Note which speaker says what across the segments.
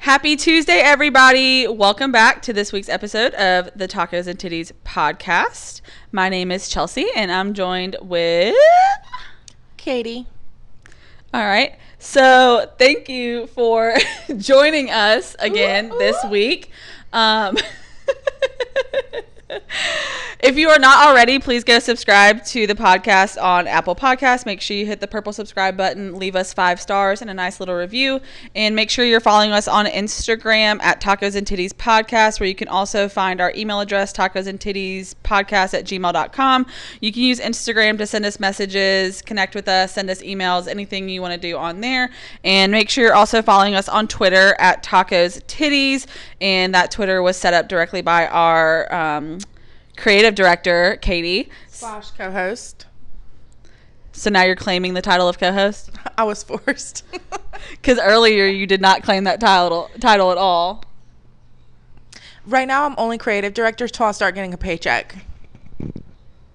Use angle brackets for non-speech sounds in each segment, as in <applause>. Speaker 1: Happy Tuesday, everybody. Welcome back to this week's episode of the Tacos and Titties podcast. My name is Chelsea, and I'm joined with.
Speaker 2: Katie.
Speaker 1: All right. So, thank you for <laughs> joining us again this week. Um, <laughs> if you are not already, please go subscribe to the podcast on Apple Podcasts. Make sure you hit the purple subscribe button, leave us five stars and a nice little review, and make sure you're following us on Instagram at Tacos and Titties Podcast, where you can also find our email address, tacos and titties podcast at gmail.com. You can use Instagram to send us messages, connect with us, send us emails, anything you want to do on there. And make sure you're also following us on Twitter at Tacos Titties. And that Twitter was set up directly by our um, creative director, Katie.
Speaker 2: Slash co host.
Speaker 1: So now you're claiming the title of co-host
Speaker 2: I was forced. <laughs>
Speaker 1: because earlier you did not claim that title title at all.
Speaker 2: right now, I'm only creative director till I start getting a paycheck.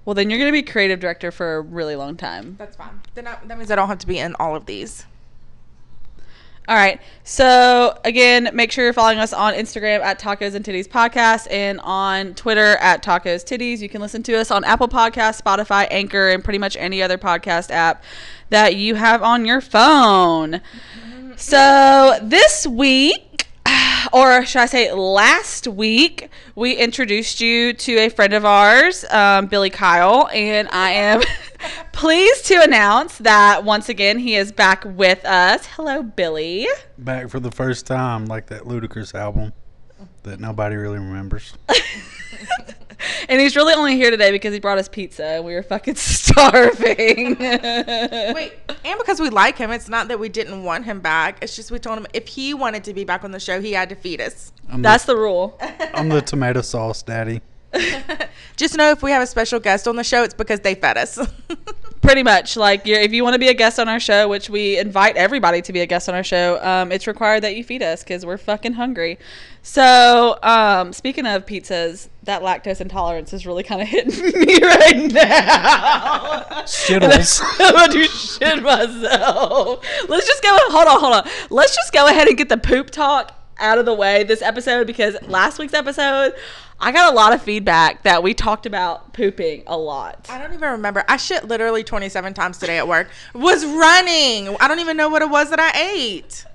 Speaker 1: Well, then you're going to be creative director for a really long time.
Speaker 2: That's fine. Then I, that means I don't have to be in all of these.
Speaker 1: All right. So again, make sure you're following us on Instagram at Tacos and Titties Podcast and on Twitter at Tacos Titties. You can listen to us on Apple Podcasts, Spotify, Anchor, and pretty much any other podcast app that you have on your phone. So this week, <sighs> or should I say last week, we introduced you to a friend of ours, um, Billy Kyle, and I am <laughs> pleased to announce that once again he is back with us. Hello, Billy.
Speaker 3: back for the first time, like that ludicrous album that nobody really remembers.
Speaker 1: And he's really only here today because he brought us pizza and we were fucking <laughs> starving.
Speaker 2: Wait, and because we like him, it's not that we didn't want him back. It's just we told him if he wanted to be back on the show, he had to feed us.
Speaker 3: I'm
Speaker 1: That's the rule.
Speaker 3: the, I'm the tomato sauce daddy.
Speaker 2: Just know if we have a special guest on the show, it's because they fed us. <laughs>
Speaker 1: Pretty much. Like, you're, if you want to be a guest on our show, which we invite everybody to be a guest on our show, um, it's required that you feed us because we're fucking hungry. So, um, speaking of pizzas, that lactose intolerance is really kind of <laughs> hitting me right now.
Speaker 3: Skittles.
Speaker 1: <laughs> I'm gonna do shit myself. Let's just go. Hold on, hold on. Let's just go ahead and get the poop talk out of the way this episode because last week's episode, I got a lot of feedback that we talked about pooping a lot. <laughs>
Speaker 2: I don't even remember. I shit literally 27 times today at work. Was running. I don't even know what it was that I ate.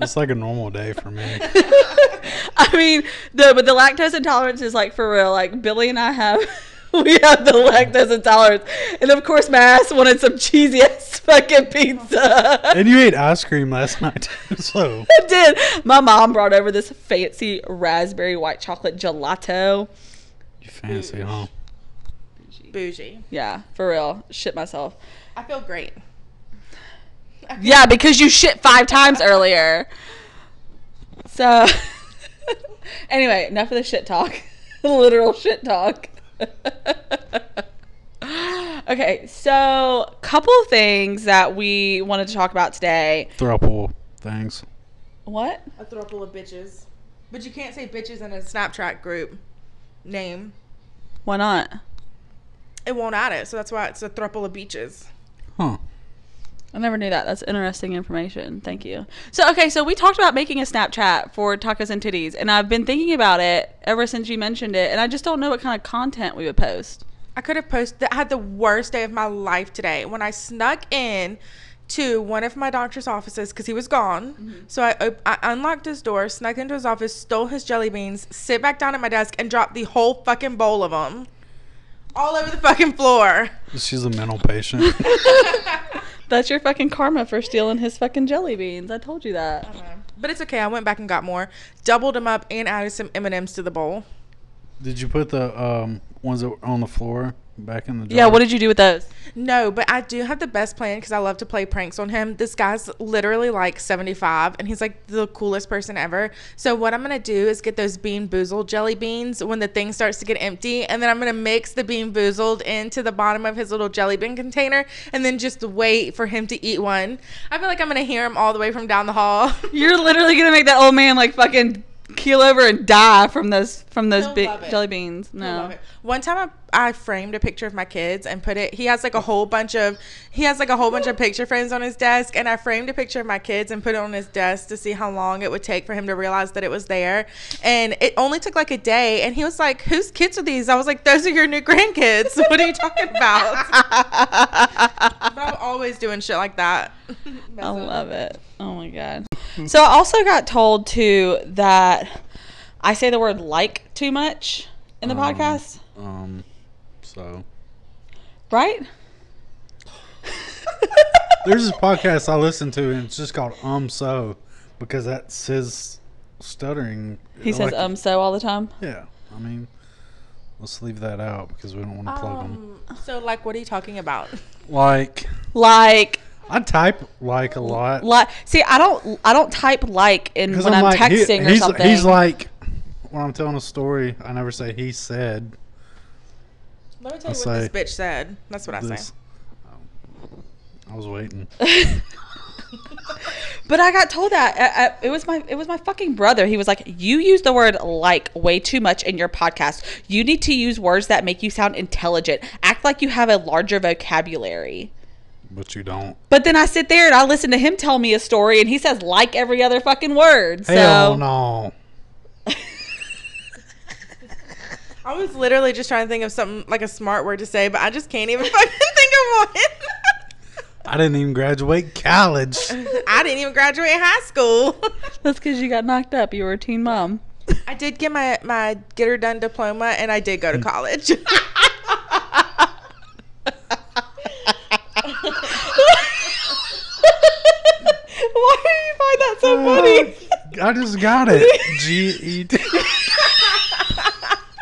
Speaker 3: It's like a normal day for me.
Speaker 1: <laughs> I mean, the but the lactose intolerance is like for real. Like Billy and I have, <laughs> we have the lactose intolerance, and of course, my ass wanted some cheesy ass <laughs> fucking pizza. <laughs>
Speaker 3: And you ate ice cream last night, too, <laughs> so
Speaker 1: I did. My mom brought over this fancy raspberry white chocolate gelato.
Speaker 3: you fancy, huh?
Speaker 2: Bougie.
Speaker 1: Yeah, for real. Shit myself.
Speaker 2: I feel great.
Speaker 1: Yeah, because you shit five times earlier. So, <laughs> anyway, enough of the shit talk. <laughs> Literal shit talk. <laughs> okay, so couple things that we wanted to talk about today.
Speaker 3: Thruple things.
Speaker 1: What?
Speaker 2: A throuple of bitches. But you can't say bitches in a Snapchat group name.
Speaker 1: Why not?
Speaker 2: It won't add it, so that's why it's a throuple of beaches.
Speaker 3: Huh.
Speaker 1: I never knew that. That's interesting information. Thank you. So, okay, so we talked about making a Snapchat for tacos and titties, and I've been thinking about it ever since you mentioned it, and I just don't know what kind of content we would post.
Speaker 2: I could have posted. I had the worst day of my life today when I snuck in to one of my doctor's offices because he was gone. So I, op- I unlocked his door, snuck into his office, stole his jelly beans, sit back down at my desk, and dropped the whole fucking bowl of them all over the fucking floor.
Speaker 3: She's a mental
Speaker 1: <laughs>
Speaker 3: patient.
Speaker 1: That's your fucking karma for stealing his fucking jelly beans. I told you that.
Speaker 2: But it's okay. I went back and got more, doubled them up, and added some M and M's to the bowl.
Speaker 3: Did you put the um, ones that were on the floor back in the jar?
Speaker 1: Yeah, what did you do with those?
Speaker 2: No, but I do have the best plan because I love to play pranks on him. This guy's literally like 75 and he's like the coolest person ever. So, what I'm going to do is get those Bean Boozled jelly beans when the thing starts to get empty. And then I'm going to mix the Bean Boozled into the bottom of his little jelly bean container and then just wait for him to eat one. I feel like I'm going to hear him all the way from down the hall. <laughs>
Speaker 1: You're literally gonna make that old man like fucking keel over and die from those from those
Speaker 2: He'll
Speaker 1: big
Speaker 2: love it.
Speaker 1: jelly beans. No.
Speaker 2: I love it. One time I, I framed a picture of my kids and put it. He has like a whole bunch of he has like a whole bunch of picture frames on his desk, and I framed a picture of my kids and put it on his desk to see how long it would take for him to realize that it was there. And it only took like a day, and he was like, "Whose kids are these?" I was like, "Those are your new grandkids." What are you talking <laughs> about? but I'm always doing shit like that.
Speaker 1: I love it. Oh my god. so I also got told too that I say the word like too much in the
Speaker 3: Um.
Speaker 1: podcast,
Speaker 3: Um, so
Speaker 1: right?
Speaker 3: there's this podcast I listen to, and it's just called Um So because that's his stuttering.
Speaker 1: <laughs> He says
Speaker 3: like-
Speaker 1: um so all the time.
Speaker 3: Yeah, I mean, let's leave that out because we don't want to plug them.
Speaker 2: Um, so like, what are you talking about?
Speaker 3: Like,
Speaker 1: Like
Speaker 3: I type like a lot
Speaker 1: like see I don't I don't type like in when I'm,
Speaker 3: like, he-
Speaker 1: texting or
Speaker 3: he's,
Speaker 1: something.
Speaker 3: He's like, when I'm telling a story, I never say he said
Speaker 2: Let me tell you what
Speaker 3: I say-
Speaker 2: this bitch said. That's what I say.
Speaker 3: this. Um, I was
Speaker 1: <laughs>
Speaker 3: waiting.
Speaker 1: But I got told that I, I, it was my it was my fucking brother. He was like, "You use the word like way too much in your podcast. You need to use words that make you sound intelligent. Act like you have a larger vocabulary."
Speaker 3: But you don't.
Speaker 1: But then I sit there and I listen to him tell me a story, and he says like every other fucking word. So
Speaker 3: Hell no.
Speaker 2: I was literally just trying to think of something like a smart word to say, but I just can't even <laughs> fucking think of
Speaker 3: I didn't even graduate
Speaker 1: <laughs>
Speaker 3: college.
Speaker 2: one. <laughs> I didn't even graduate high school. <laughs>
Speaker 1: that's because you got knocked up. You were a teen mom. <laughs>
Speaker 2: I did get my my get her done diploma, and I did go to college. <laughs>
Speaker 1: Why do you find that so
Speaker 3: <sighs>
Speaker 1: funny?
Speaker 3: <laughs> I just got
Speaker 1: <laughs>
Speaker 3: it. G E D.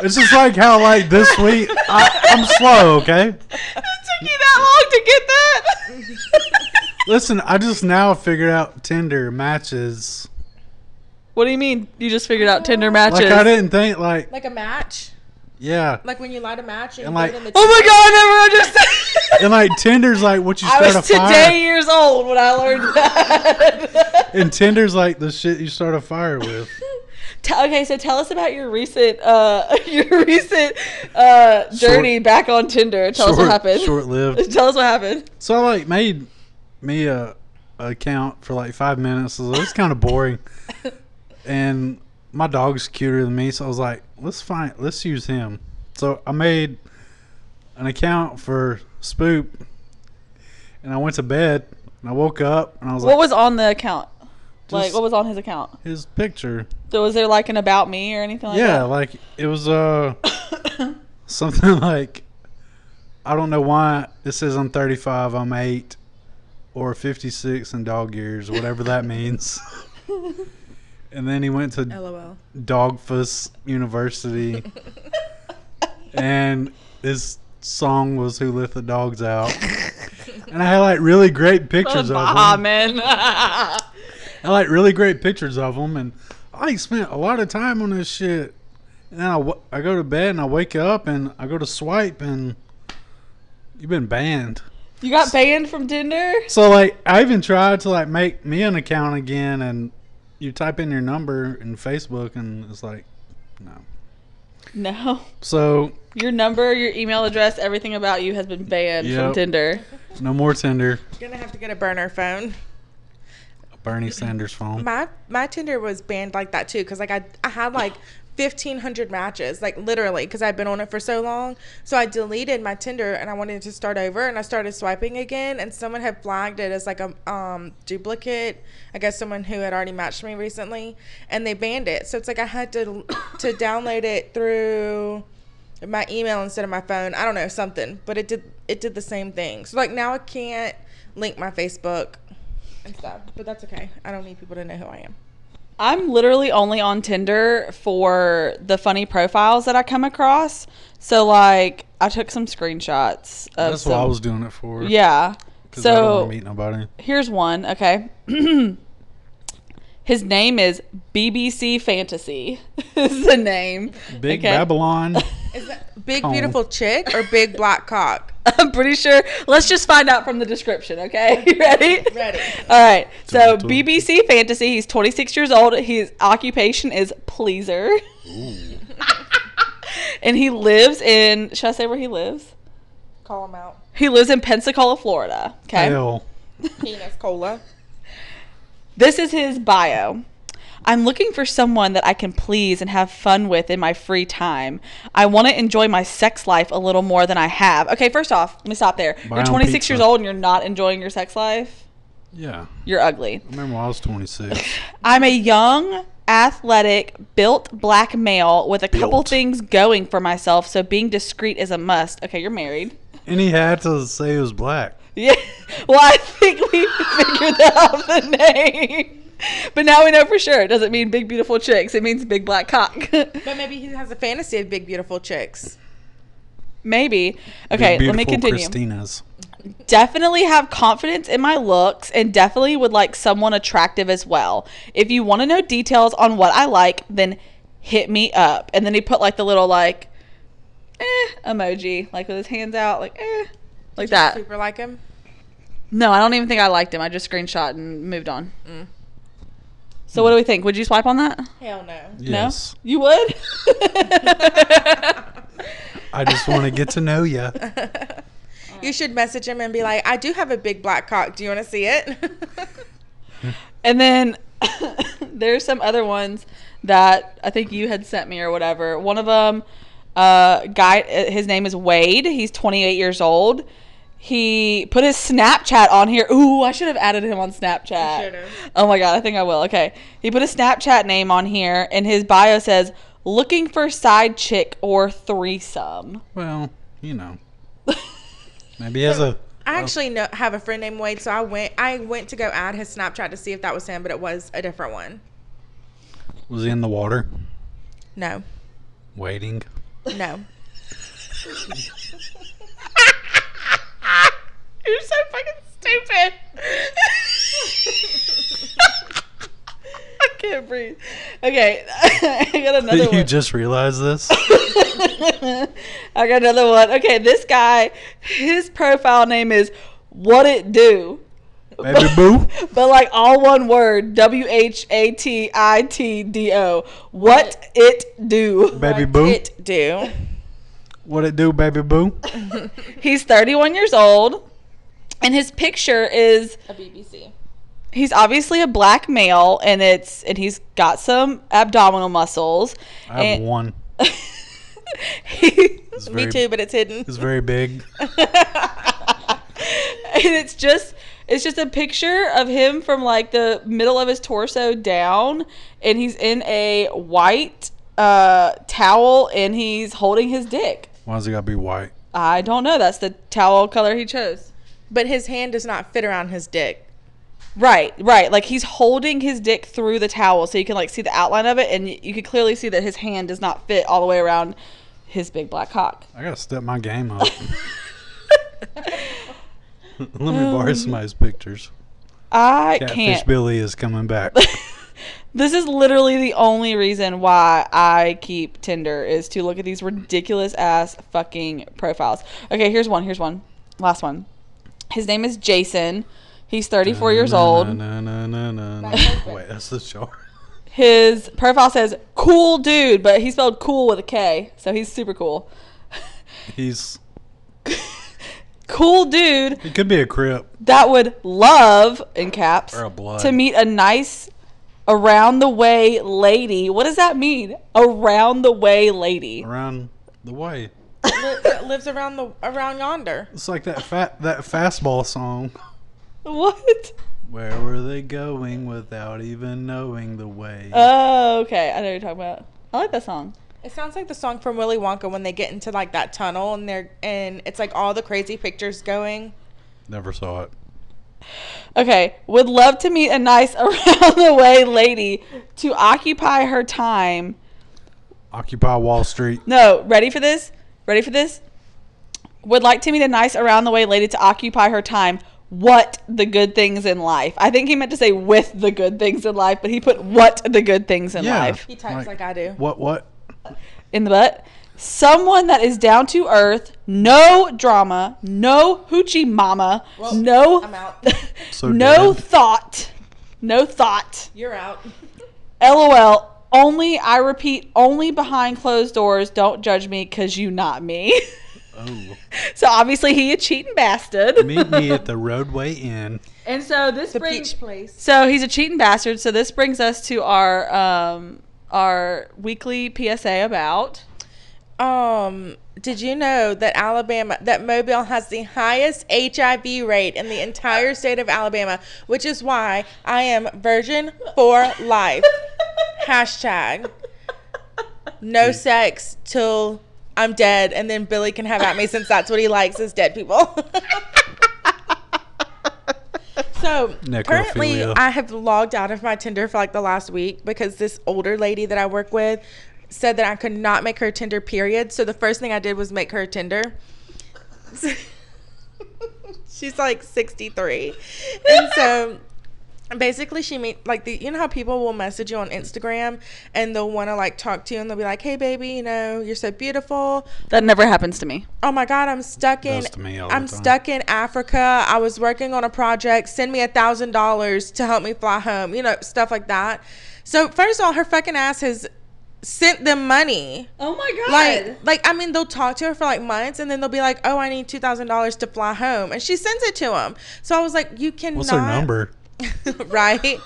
Speaker 3: It's just like how like this week I, I'm slow. Okay.
Speaker 1: it took you that long to get that.
Speaker 3: Listen, I just now figured out Tinder matches.
Speaker 1: <laughs> What do you mean? You just figured out Tinder matches?
Speaker 3: Like I didn't think like
Speaker 2: like a match,
Speaker 3: yeah.
Speaker 2: like when you light a match
Speaker 3: And like- put it in
Speaker 2: the
Speaker 1: Oh my god! I never understood.
Speaker 3: And like Tinder's like what you
Speaker 1: I
Speaker 3: start a
Speaker 1: was
Speaker 3: fire.
Speaker 1: today years old when I learned that.
Speaker 3: <laughs> And Tinder's like the shit you start a fire with.
Speaker 1: Te- okay, so tell us about your recent, uh, <laughs> your recent uh, journey back on Tinder. <laughs> Tell us what happened.
Speaker 3: Short lived.
Speaker 1: <laughs> Tell us what happened.
Speaker 3: So I like made me a, a account for like five minutes. So it was kind
Speaker 1: <laughs>
Speaker 3: of boring. And my dog's cuter than me, so I was like, let's find, let's use him. So I made an account for Spoop, and I went to bed and I woke up and I was
Speaker 1: What
Speaker 3: like,
Speaker 1: was on the account? Like,
Speaker 3: Just-
Speaker 1: what was on his account?
Speaker 3: his picture.
Speaker 1: So was there like an about me or anything like
Speaker 3: yeah,
Speaker 1: that?
Speaker 3: like it was uh <coughs> something <laughs> like I don't know why it says I'm 35, I'm eight, or 56 in dog years, whatever
Speaker 1: <laughs>
Speaker 3: that means. and then he went
Speaker 1: Oh.
Speaker 3: to
Speaker 2: LOL.
Speaker 3: Dogfuss University, and his song was "Who Let the
Speaker 1: <laughs>
Speaker 3: Dogs Out." And I had like really great pictures of
Speaker 1: Ah,
Speaker 3: him.
Speaker 1: man. <laughs>
Speaker 3: I like really great pictures of them, and I like, spent a lot of time on this shit. And then I, w- I go to bed and I wake up and I go to swipe and you've been banned.
Speaker 1: you got banned from Tinder?
Speaker 3: So like I even tried to like make me an account again, and you type in your number in Facebook and it's like no.
Speaker 1: No.
Speaker 3: So
Speaker 1: Your number, your email address, everything about you has been banned from
Speaker 3: Yep.
Speaker 1: Tinder.
Speaker 3: no more Tinder.
Speaker 2: You're gonna have to get a burner phone.
Speaker 3: Bernie Sanders phone.
Speaker 2: My my Tinder was banned like that too, cause like I I had like fifteen hundred matches, like literally, cause I'd been on it for so long. So I deleted my Tinder and I wanted to start over, and I started swiping again, and someone had flagged it as like a um duplicate. I guess someone who had already matched me recently, and they banned it. So it's like I had to <coughs> to download it through my email instead of my phone. I don't know something, but it did it did the same thing. So like now I can't link my Facebook and stuff, but that's okay. I don't need people to know who I am.
Speaker 1: I'm literally only on Tinder for the funny profiles that I come across. So like I took some screenshots of
Speaker 3: That's
Speaker 1: some,
Speaker 3: what I was doing it for.
Speaker 1: <laughs> Yeah.
Speaker 3: 'cause I don't want
Speaker 1: So
Speaker 3: to meet nobody.
Speaker 1: here's one, okay. <clears throat> His name is BBC Fantasy. <laughs> is the name.
Speaker 3: Big
Speaker 1: okay?
Speaker 3: Babylon.
Speaker 1: <laughs>
Speaker 2: Is that big
Speaker 3: Cone.
Speaker 2: beautiful chick or big black cock?
Speaker 1: <laughs> I'm pretty sure. Let's just find out from the description, okay? <laughs> You ready?
Speaker 2: Ready.
Speaker 1: All right. So
Speaker 3: Dun, dun.
Speaker 1: BBC Fantasy. He's 26 years old. His occupation is pleaser, <laughs> and he lives in. Should I say where he lives?
Speaker 2: <laughs> Call him out.
Speaker 1: He lives in Pensacola, Florida. Okay.
Speaker 3: Hell.
Speaker 2: Penis cola.
Speaker 1: This is his bio. I'm looking for someone that I can please and have fun with in my free time. I want to enjoy my sex life a little more than I have. Okay, first off, let me stop there.
Speaker 3: Brown
Speaker 1: you're 26 years
Speaker 3: pizza.
Speaker 1: old and you're not enjoying your sex life.
Speaker 3: Yeah.
Speaker 1: You're ugly.
Speaker 3: I remember when I was 26.
Speaker 1: I'm a young, athletic, built black male with a couple
Speaker 3: Built.
Speaker 1: things going for myself, so being discreet is a must. Okay, you're married. <laughs>
Speaker 3: and he had to say he was black.
Speaker 1: Yeah. Well, I think we figured that out the name. But now we know for sure. It doesn't mean big beautiful chicks. It means big black cock. <laughs>
Speaker 2: But maybe he has a fantasy of big, beautiful chicks.
Speaker 1: Maybe. Okay,
Speaker 3: Big,
Speaker 1: let me
Speaker 3: beautiful
Speaker 1: continue.
Speaker 3: Christina's.
Speaker 1: Definitely have confidence in my looks and definitely would like someone attractive as well. If you want to know details on what I like, then hit me up. And then he put like the little like eh emoji, like with his hands out, like eh. Like that.
Speaker 2: Super like him.
Speaker 1: No, I don't even think I liked him. I just screenshot and moved on. So what do we think? Would you swipe on that?
Speaker 2: Hell <laughs> no.
Speaker 3: Yes.
Speaker 1: No, you would. <laughs>
Speaker 3: I just want to get to know you.
Speaker 2: You should message him and be like, I do have a big black cock. Do you want to see it? <laughs>
Speaker 1: and then <laughs> there's some other ones that I think you had sent me or whatever. One of them, uh, guy, uh, his name is Wade. He's 28 years old. He put his Snapchat on here. Ooh, I should have added him on Snapchat.
Speaker 2: You should've.
Speaker 1: Oh my god, I think I will. Okay. He put a Snapchat name on here and his bio says looking for side chick or
Speaker 2: <laughs>
Speaker 1: threesome. <laughs>
Speaker 3: Well, you know. Maybe he has a.
Speaker 2: I actually know, have a friend named Wade, so I went I went to go add his Snapchat to see if that was him, but it was a different one.
Speaker 3: Was he in the water?
Speaker 2: No.
Speaker 3: Waiting.
Speaker 1: <laughs>
Speaker 2: No.
Speaker 1: You're so fucking stupid. I can't breathe. Okay. <laughs> I got another
Speaker 3: Did <laughs> you
Speaker 1: one.
Speaker 3: just realize this?
Speaker 1: <laughs> I got another one. Okay, this guy, his profile name is What It Do.
Speaker 3: Baby boo.
Speaker 1: <laughs> But like all one word, W H A T I T D O. What it do?
Speaker 3: Baby boo.
Speaker 2: It do.
Speaker 3: What it do, baby boo?
Speaker 1: He's 31 years old, and his picture is
Speaker 2: A BBC.
Speaker 1: he's obviously a black male, and it's and he's got some abdominal muscles.
Speaker 3: I have
Speaker 1: and
Speaker 3: one.
Speaker 1: <laughs> he- <laughs>
Speaker 3: It's
Speaker 2: Me
Speaker 3: very,
Speaker 2: too, but it's hidden.
Speaker 3: It's
Speaker 2: <laughs>
Speaker 3: very big.
Speaker 1: <laughs> and it's just it's just a picture of him from like the middle of his torso down and he's in a white uh towel and he's holding his dick
Speaker 3: Why's it gotta be white?
Speaker 1: i don't know that's the towel color he chose
Speaker 2: But his hand does not fit around his dick.
Speaker 1: right right like he's holding his dick through the towel so you can like see the outline of it and y- you can clearly see that his hand does not fit all the way around his big black cock
Speaker 3: I gotta step my
Speaker 2: <laughs>
Speaker 3: game up. <laughs> Let me
Speaker 2: Um,
Speaker 3: borrow somebody's pictures.
Speaker 1: i
Speaker 3: Catfish
Speaker 1: can't
Speaker 3: Billy is
Speaker 2: <laughs>
Speaker 3: coming back.
Speaker 1: This is literally the only reason why I keep Tinder is to look at these ridiculous ass fucking profiles. Okay, here's one. Here's one. Last one. His name is Jason. He's 34 years old.
Speaker 3: Na, na, na, na, na. Wait, that's the shark.
Speaker 1: His profile says cool dude, but he spelled cool with a K, so he's super cool.
Speaker 3: He's.
Speaker 1: Cool dude
Speaker 3: It could be a crip.
Speaker 1: that would love in caps
Speaker 3: Or a blood.
Speaker 1: to meet a nice around the way lady. What does that mean? Around the way lady.
Speaker 3: around the way.
Speaker 2: Li- that lives around the around yonder.
Speaker 3: It's like that fat that fastball song.
Speaker 1: What?
Speaker 3: Where were they going without even knowing the way?
Speaker 1: Oh, okay. I know what you're talking about. I like that song.
Speaker 2: It sounds like the song from Willy Wonka when they get into like that tunnel and they're and it's like all the crazy pictures going.
Speaker 3: Never saw it.
Speaker 1: Okay. Would love to meet a nice <laughs> around the way lady to occupy her time.
Speaker 3: Occupy Wall Street.
Speaker 1: No, ready for this? Ready for this? Would like to meet a nice around the way lady to occupy her time. What the good things in life. I think he meant to say with the good things in life, but he put what the good things in
Speaker 3: Yeah.
Speaker 1: life
Speaker 2: He types like, I do.
Speaker 3: What? What?
Speaker 1: in the butt. someone that is down to earth, no drama, no hoochie mama, no, <laughs>
Speaker 2: I'm out.
Speaker 3: So
Speaker 1: no
Speaker 3: dead.
Speaker 1: thought, no thought.
Speaker 2: You're out.
Speaker 1: LOL. Only I repeat, only behind closed doors. Don't judge me, cause you not me. <laughs>
Speaker 3: Oh.
Speaker 1: so obviously he a cheating bastard. <laughs>
Speaker 3: Meet me at the roadway inn.
Speaker 1: and so this
Speaker 2: The
Speaker 1: brings
Speaker 2: peach place.
Speaker 1: so he's a cheating bastard. So this brings us to our um our weekly PSA about.
Speaker 2: Um, did you know that Alabama, that Mobile has the highest HIV rate in the entire state of Alabama, which is why I am virgin for
Speaker 1: <laughs>
Speaker 2: life. Hashtag no sex till I'm dead, and then Billy can have at me since that's what he likes is dead people. <laughs> so currently,
Speaker 3: Necrophilia.
Speaker 2: I have logged out of my Tinder for like the last week because this older lady that I work with said that I could not make her Tinder. Period. So the first thing I did was make her Tinder. <laughs> She's like 63, and so basically she meet like the you know how people will message you on Instagram and they'll want to like talk to you and they'll be like, "Hey baby, you know, you're so beautiful.
Speaker 1: That never happens to me.
Speaker 2: Oh my god, I'm stuck in
Speaker 3: Does to me all the
Speaker 2: I'm
Speaker 3: time.
Speaker 2: stuck in Africa. I was working on a project. Send me a thousand dollars to help me fly home. You know, stuff like that. So first of all, her fucking ass has sent them money.
Speaker 1: Oh my
Speaker 2: Like, like I mean, they'll talk to her for like months, and then they'll be like, "Oh, I need two thousand dollars to fly home," and she sends it to him. So I was like, "You cannot."
Speaker 3: What's her number?
Speaker 2: <laughs> right?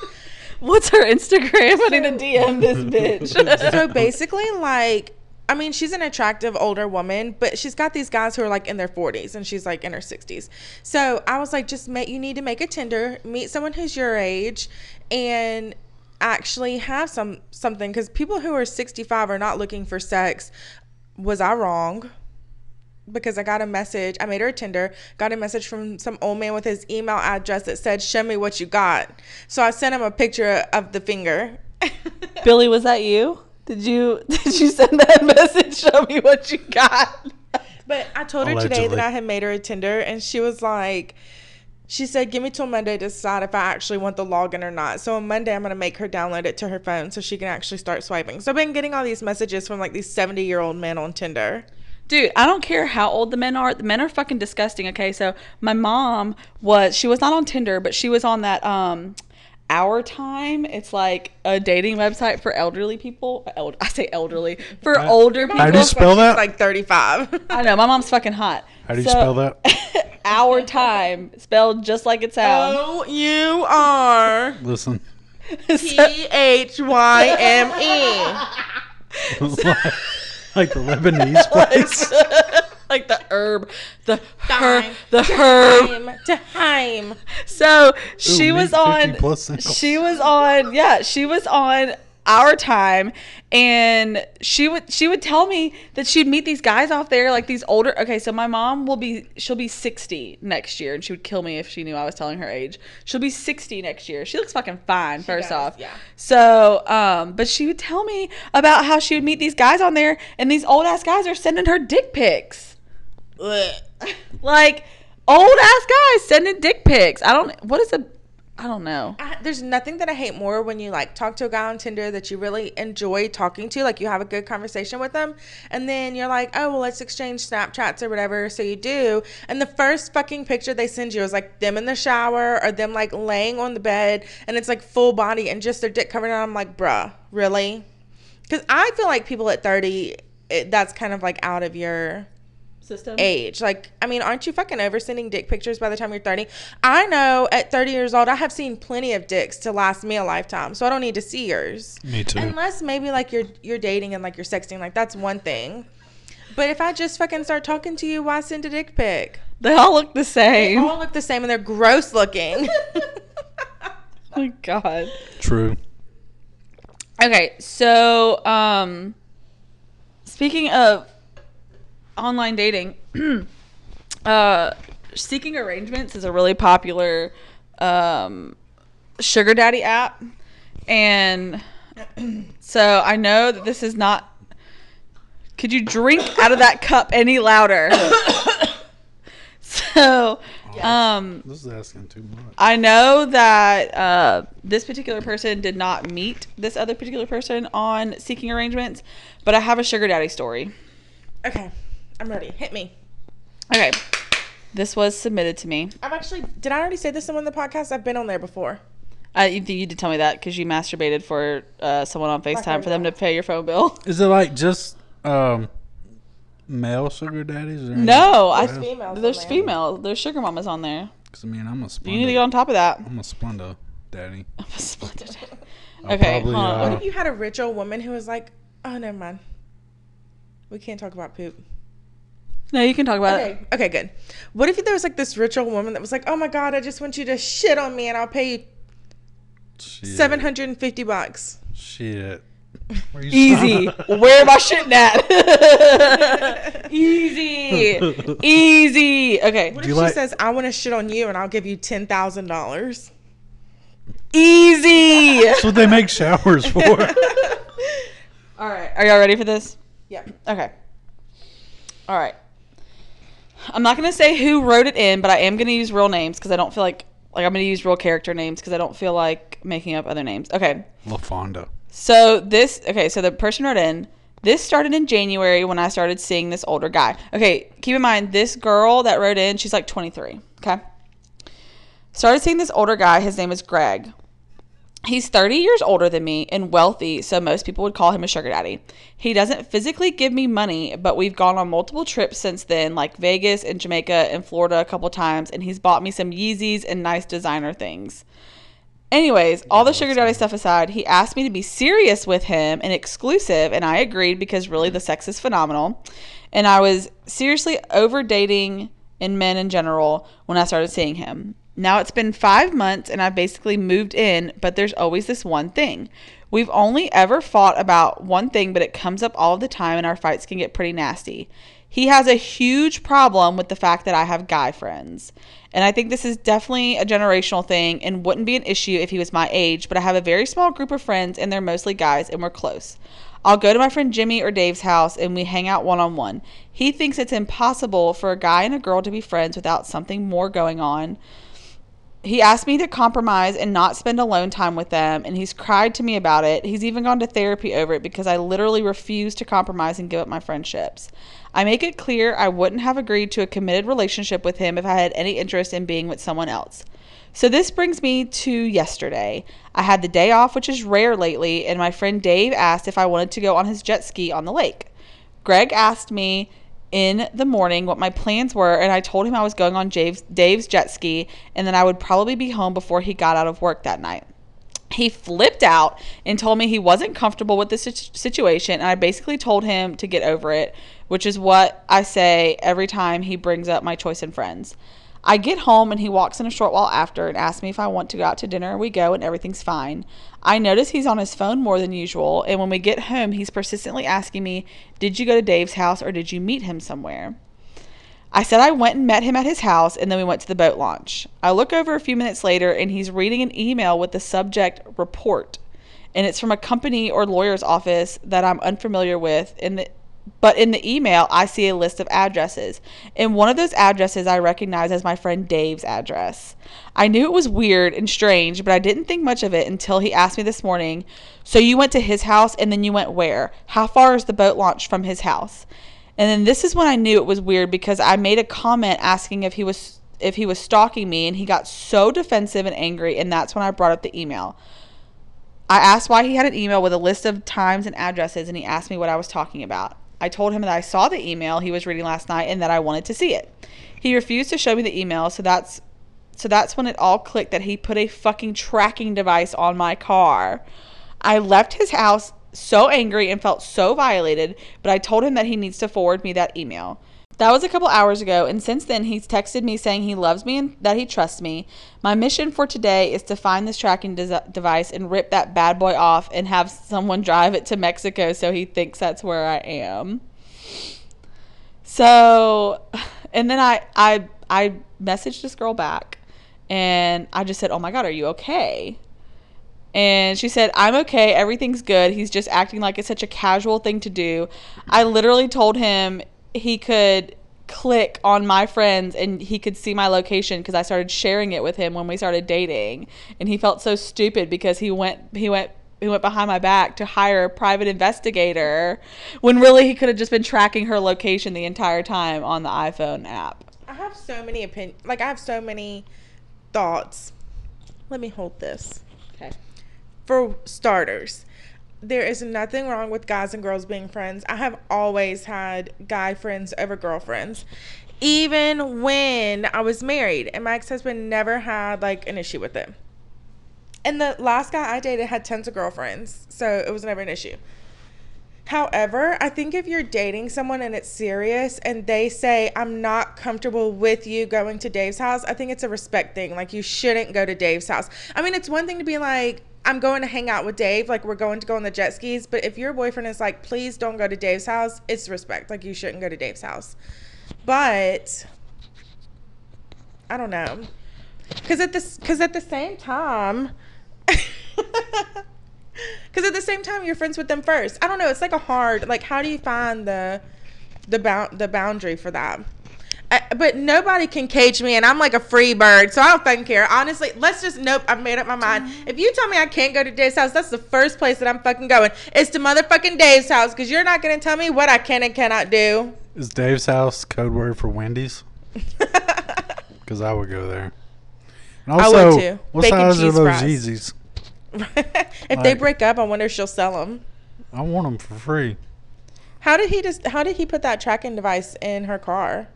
Speaker 1: What's her Instagram? I need to DM
Speaker 3: <laughs>
Speaker 1: this bitch.
Speaker 2: so basically, like, I mean, she's an attractive older woman, but she's got these guys who are like in their 40s and she's like in her 60s. So I was like, just make, you need to make a Tinder, meet someone who's your age, and actually have some something because people who are 65 are not looking for sex. Was I wrong? because I got a message. I made her a Tinder, got a message from some old man with his email address that said, Show me what you got. So I sent him a picture of the finger.
Speaker 1: <laughs> Billy, was that you? Did you <laughs> did you send that message? Show me what you got.
Speaker 2: But I told her today
Speaker 3: Allegedly.
Speaker 2: that I had made her a Tinder, and she was like, she said, "Give me till Monday to decide if I actually want the login or not." So on Monday, I'm gonna make her download it to her phone so she can actually start swiping. So I've been getting all these messages from like these 70 year old men on Tinder.
Speaker 1: Dude, I don't care how old the men are. The men are fucking disgusting. Okay, so my mom was she was not on Tinder, but she was on that um Our Time. It's like a dating website for elderly people. Eld- I say elderly for older people.
Speaker 3: How do you spell
Speaker 2: She's
Speaker 3: that?
Speaker 2: like 35.
Speaker 3: <laughs>
Speaker 1: I know my mom's fucking hot.
Speaker 3: How do you spell that?
Speaker 1: <laughs> Our Time, spelled just like it sounds.
Speaker 2: O U R
Speaker 3: Listen. <laughs>
Speaker 2: T H Y M E.
Speaker 3: like the Lebanese place.
Speaker 1: like the herb, the her,
Speaker 2: Thyme.
Speaker 1: the
Speaker 2: <laughs>
Speaker 1: herb.
Speaker 2: Time to Heim.
Speaker 1: So <laughs> she
Speaker 3: Ooh,
Speaker 1: was
Speaker 3: me, 50
Speaker 1: on.
Speaker 3: plus singles.
Speaker 1: She was on. Yeah, she was on our time, and she would she would tell me that she'd meet these guys off there, like these older. Okay, so my mom will be she'll be sixty next year, and she would kill me if she knew I was telling her age. She'll be sixty next year. She looks fucking fine. first
Speaker 2: does,
Speaker 1: off,
Speaker 2: yeah.
Speaker 1: So, um, but she would tell me about how she would meet these guys on there, and these old ass guys are sending her dick pics
Speaker 2: Ugh.
Speaker 1: like old ass guys sending dick pics. I don't. What is a? I don't know.
Speaker 2: I, there's nothing that I hate more when you like talk to a guy on Tinder that you really enjoy talking to, like you have a good conversation with them, and then you're like, oh well, let's exchange Snapchats or whatever. So you do, and the first fucking picture they send you is like them in the shower or them like laying on the bed, and it's like full body and just their dick covered. And I'm like, bruh, really? Because I feel like people at 30, it, that's kind of like out of your
Speaker 1: System.
Speaker 2: age. Like, I mean, aren't you fucking over sending dick pictures by the time you're 30? I know at 30 years old, I have seen plenty of dicks to last me a lifetime, so I don't need to see yours.
Speaker 3: Me too.
Speaker 2: Unless maybe like you're you're dating and like you're sexting, like that's one thing. But if I just fucking start talking to you, why send a dick pic?
Speaker 1: They all look the
Speaker 2: They
Speaker 1: same.
Speaker 2: all look the same and they're gross looking.
Speaker 1: oh my god.
Speaker 3: True.
Speaker 1: Okay, so um, speaking of online dating, <clears throat> uh, seeking arrangements is a really popular um, sugar daddy app, and <clears throat> so I know that this is not. Could you drink out of that cup any <coughs> louder? so, um.
Speaker 3: This is asking too much.
Speaker 1: I know that uh, this particular person did not meet this other particular person on seeking arrangements, but I have a sugar daddy story.
Speaker 2: Okay, I'm ready. Hit me.
Speaker 1: Okay. This was submitted to me.
Speaker 2: I've actually did I already say this on one of the podcasts? I've been on there before.
Speaker 1: I, you, you did tell me that because you masturbated for uh, someone on
Speaker 2: phone
Speaker 1: FaceTime for them to pay your phone bill. <laughs>
Speaker 3: Is it like just um, male sugar daddies? Or
Speaker 1: No, I,
Speaker 2: There's females. on
Speaker 1: there's
Speaker 2: there.
Speaker 1: female. There's sugar mamas on there.
Speaker 3: Because I mean, I'm a Splenda.
Speaker 1: You need to get on top of that. <laughs>
Speaker 3: I'm a Splenda daddy.
Speaker 1: Splendid.
Speaker 3: I'll
Speaker 1: Okay, hold on,
Speaker 2: What
Speaker 1: Uh,
Speaker 2: if you had a rich old woman who was like, "Oh, never mind. We can't talk about poop."
Speaker 1: No, you can talk
Speaker 3: Uh,
Speaker 1: about it.
Speaker 2: Okay. Okay. Good. What if there was like this rich old woman that was like, "Oh my God, I just want you to shit on me, and I'll pay you
Speaker 3: shit,
Speaker 2: seven hundred and fifty bucks."
Speaker 3: Shit. Where you <laughs>
Speaker 1: Easy. Where am I shitting at? <laughs> Easy. Easy. Okay.
Speaker 2: What if
Speaker 3: Do you
Speaker 2: she
Speaker 3: like-
Speaker 2: says, "I want to shit on you, and I'll give you ten thousand dollars"?
Speaker 1: Easy.
Speaker 3: That's what they make showers for. <laughs>
Speaker 1: All right. Are y'all ready for this?
Speaker 2: Yep.
Speaker 1: Okay. All right. I'm not gonna say who wrote it in, but I am gonna use real names because I don't feel like like I'm gonna use real character names because I don't feel like making up other names. Okay.
Speaker 3: LaFonda.
Speaker 1: So this okay, so the person wrote in, this started in January when I started seeing this older guy. Okay, keep in mind this girl that wrote in, she's like 23, okay? Started seeing this older guy, his name is Greg. He's 30 years older than me and wealthy, so most people would call him a sugar daddy. He doesn't physically give me money, but we've gone on multiple trips since then, like Vegas and Jamaica and Florida a couple times, and he's bought me some Yeezys and nice designer things. Anyways, all the sugar daddy stuff aside, he asked me to be serious with him and exclusive, and I agreed because really the sex is phenomenal. And I was seriously over dating in men in general when I started seeing him. Now it's been five months and I basically moved in, but there's always this one thing. We've only ever fought about one thing, but it comes up all the time, and our fights can get pretty nasty. He has a huge problem with the fact that I have guy friends. And I think this is definitely a generational thing and wouldn't be an issue if he was my age, but I have a very small group of friends and they're mostly guys and we're close. I'll go to my friend Jimmy or Dave's house and we hang out one on one. He thinks it's impossible for a guy and a girl to be friends without something more going on. He asked me to compromise and not spend alone time with them, and he's cried to me about it. He's even gone to therapy over it because I literally refuse to compromise and give up my friendships. I make it clear I wouldn't have agreed to a committed relationship with him if I had any interest in being with someone else. So this brings me to yesterday. I had the day off, which is rare lately, and my friend Dave asked if I wanted to go on his jet ski on the lake. Greg asked me in the morning what my plans were, and I told him I was going on Dave's, Dave's jet ski and then I would probably be home before he got out of work that night. He flipped out and told me he wasn't comfortable with the sit- situation, and I basically told him to get over it, which is what I say every time he brings up my choice in friends. I get home and he walks in a short while after and asks me if I want to go out to dinner, and we go, and everything's fine. I notice he's on his phone more than usual, and when we get home, he's persistently asking me, Did you go to Dave's house or did you meet him somewhere? I said I went and met him at his house and then we went to the boat launch. I look over a few minutes later and he's reading an email with the subject report. And it's from a company or lawyer's office that I'm unfamiliar with in the but in the email I see a list of addresses. And one of those addresses I recognize as my friend Dave's address. I knew it was weird and strange, but I didn't think much of it until he asked me this morning, "So you went to his house and then you went where? How far is the boat launch from his house?" And then this is when I knew it was weird because I made a comment asking if he was if he was stalking me and he got so defensive and angry and that's when I brought up the email. I asked why he had an email with a list of times and addresses and he asked me what I was talking about. I told him that I saw the email he was reading last night and that I wanted to see it. He refused to show me the email, so that's so that's when it all clicked that he put a fucking tracking device on my car. I left his house so angry and felt so violated, but I told him that he needs to forward me that email. That was a couple hours ago, and since then he's texted me saying he loves me and that he trusts me. My mission for today is to find this tracking des- device and rip that bad boy off and have someone drive it to Mexico so he thinks that's where I am. So, <sighs> and then I I I messaged this girl back, and I just said, "Oh my god, are you okay?" And she said, I'm okay. Everything's good. He's just acting like it's such a casual thing to do. I literally told him he could click on my friends and he could see my location because I started sharing it with him when we started dating. And he felt so stupid because he went, he went, he went behind my back to hire a private investigator when really he could have just been tracking her location the entire time on the iPhone app.
Speaker 2: I have so many opinion. Like I have so many thoughts. Let me hold this.
Speaker 1: Okay.
Speaker 2: For starters, there is nothing wrong with guys and girls being friends. I have always had guy friends over girlfriends. Even when I was married, and my ex husband never had like an issue with it. And the last guy I dated had tons of girlfriends, so it was never an issue. However, I think if you're dating someone and it's serious and they say, I'm not comfortable with you going to Dave's house, I think it's a respect thing. Like, you shouldn't go to Dave's house. I mean, it's one thing to be like, I'm going to hang out with Dave, like, we're going to go on the jet skis. But if your boyfriend is like, please don't go to Dave's house, it's respect. Like, you shouldn't go to Dave's house. But I don't know. Cause at this, cause at the same time, <laughs> cause at the same time you're friends with them first. I don't know. It's like a hard, like how do you find the, the bound, the boundary for that? Uh, but nobody can cage me, and I'm like a free bird, so I don't fucking care. Honestly, let's just nope. I've made up my mind. If you tell me I can't go to Dave's house, that's the first place that I'm fucking going. It's to motherfucking Dave's house, cause you're not gonna tell me what I can and cannot do. <laughs>
Speaker 3: Is Dave's house code word for Wendy's? Because I would go there. And
Speaker 2: I would
Speaker 3: also,
Speaker 2: too.
Speaker 3: what
Speaker 2: Bacon
Speaker 3: size are
Speaker 2: cheese fries.
Speaker 3: those Yeezys?
Speaker 2: if they
Speaker 3: Like-
Speaker 2: break up, I wonder if she'll sell them.
Speaker 3: I want them for free.
Speaker 2: How did he just? How did he put that tracking device in her car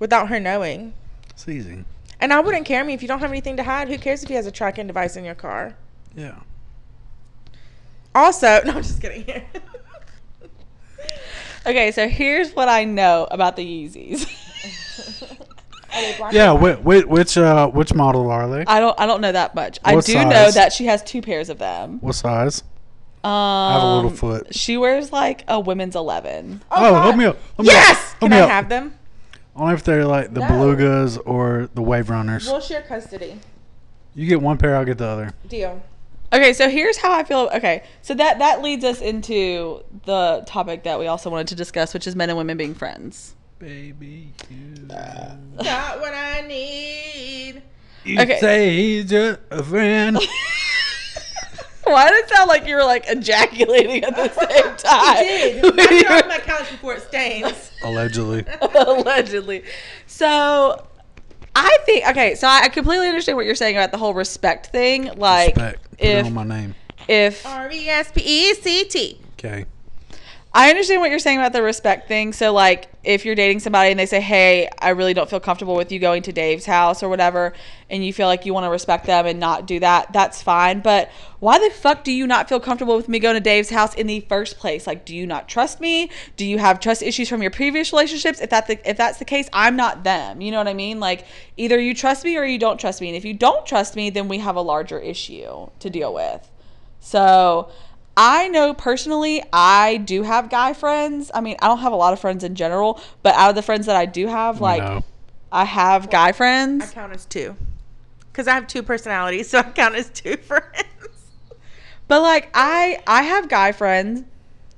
Speaker 2: without her knowing?
Speaker 3: It's easy.
Speaker 2: And I wouldn't care. I mean, if you don't have anything to hide, who cares if he has a tracking device in your car? <laughs>
Speaker 3: Yeah.
Speaker 2: Also, <laughs> no, I'm just kidding. Here.
Speaker 1: Okay, so here's what I know about the Yeezys. <laughs>
Speaker 3: Yeah. Which which, which uh which model are they?
Speaker 1: I don't I don't know that much. I
Speaker 3: What
Speaker 1: do know
Speaker 3: size?
Speaker 1: that she has two pairs of them.
Speaker 3: What size?
Speaker 1: Um,
Speaker 3: I have a little foot.
Speaker 1: She wears like a women's 11.
Speaker 3: Oh,
Speaker 2: God.
Speaker 3: help me up. Help me up,
Speaker 2: Yes.
Speaker 3: help
Speaker 2: Can
Speaker 3: me
Speaker 2: I
Speaker 3: up.
Speaker 2: have them?
Speaker 3: Only if they're like the
Speaker 2: No.
Speaker 3: belugas or the wave runners.
Speaker 2: We'll share custody.
Speaker 3: You get one pair, I'll get the other.
Speaker 2: Deal.
Speaker 1: Okay, so here's how I feel. Okay, so that that leads us into the topic that we also wanted to discuss, which is men and women being friends.
Speaker 3: Baby,
Speaker 1: <laughs>
Speaker 3: you,
Speaker 2: Not what I <laughs> need.
Speaker 3: you
Speaker 1: Okay.
Speaker 3: say he's just
Speaker 1: <laughs>
Speaker 3: a friend.
Speaker 1: Why did it sound like you were like ejaculating at the same time?
Speaker 2: He
Speaker 1: <laughs>
Speaker 2: did. <laughs>
Speaker 1: When
Speaker 2: I
Speaker 1: you
Speaker 2: threw off
Speaker 1: were-
Speaker 2: my couch before it stains.
Speaker 3: Allegedly,
Speaker 1: <laughs> allegedly. So I think okay, so I I completely understand what you're saying about the whole respect thing. Like
Speaker 3: respect. Put it
Speaker 1: if
Speaker 3: on my name.
Speaker 1: if
Speaker 2: R E S P E C T.
Speaker 3: Okay.
Speaker 1: I understand what you're saying about the respect thing. So, like, if you're dating somebody and they say, Hey, I really don't feel comfortable with you going to Dave's house or whatever, and you feel like you want to respect them and not do that, that's fine. But why the fuck do you not feel comfortable with me going to Dave's house in the first place? Like, do you not trust me? Do you have trust issues from your previous relationships? If, that the, if that's the case, I'm not them. You know what I mean? Like, either you trust me or you don't trust me. And if you don't trust me, then we have a larger issue to deal with. So I know personally, I do have guy friends. I mean, I don't have a lot of friends in general, but out of the friends that I do have, like,
Speaker 3: no.
Speaker 1: I have guy
Speaker 2: I
Speaker 1: friends.
Speaker 2: count as two. Because I have two personalities, so I count as two <laughs> friends.
Speaker 1: But like, I I have guy friends,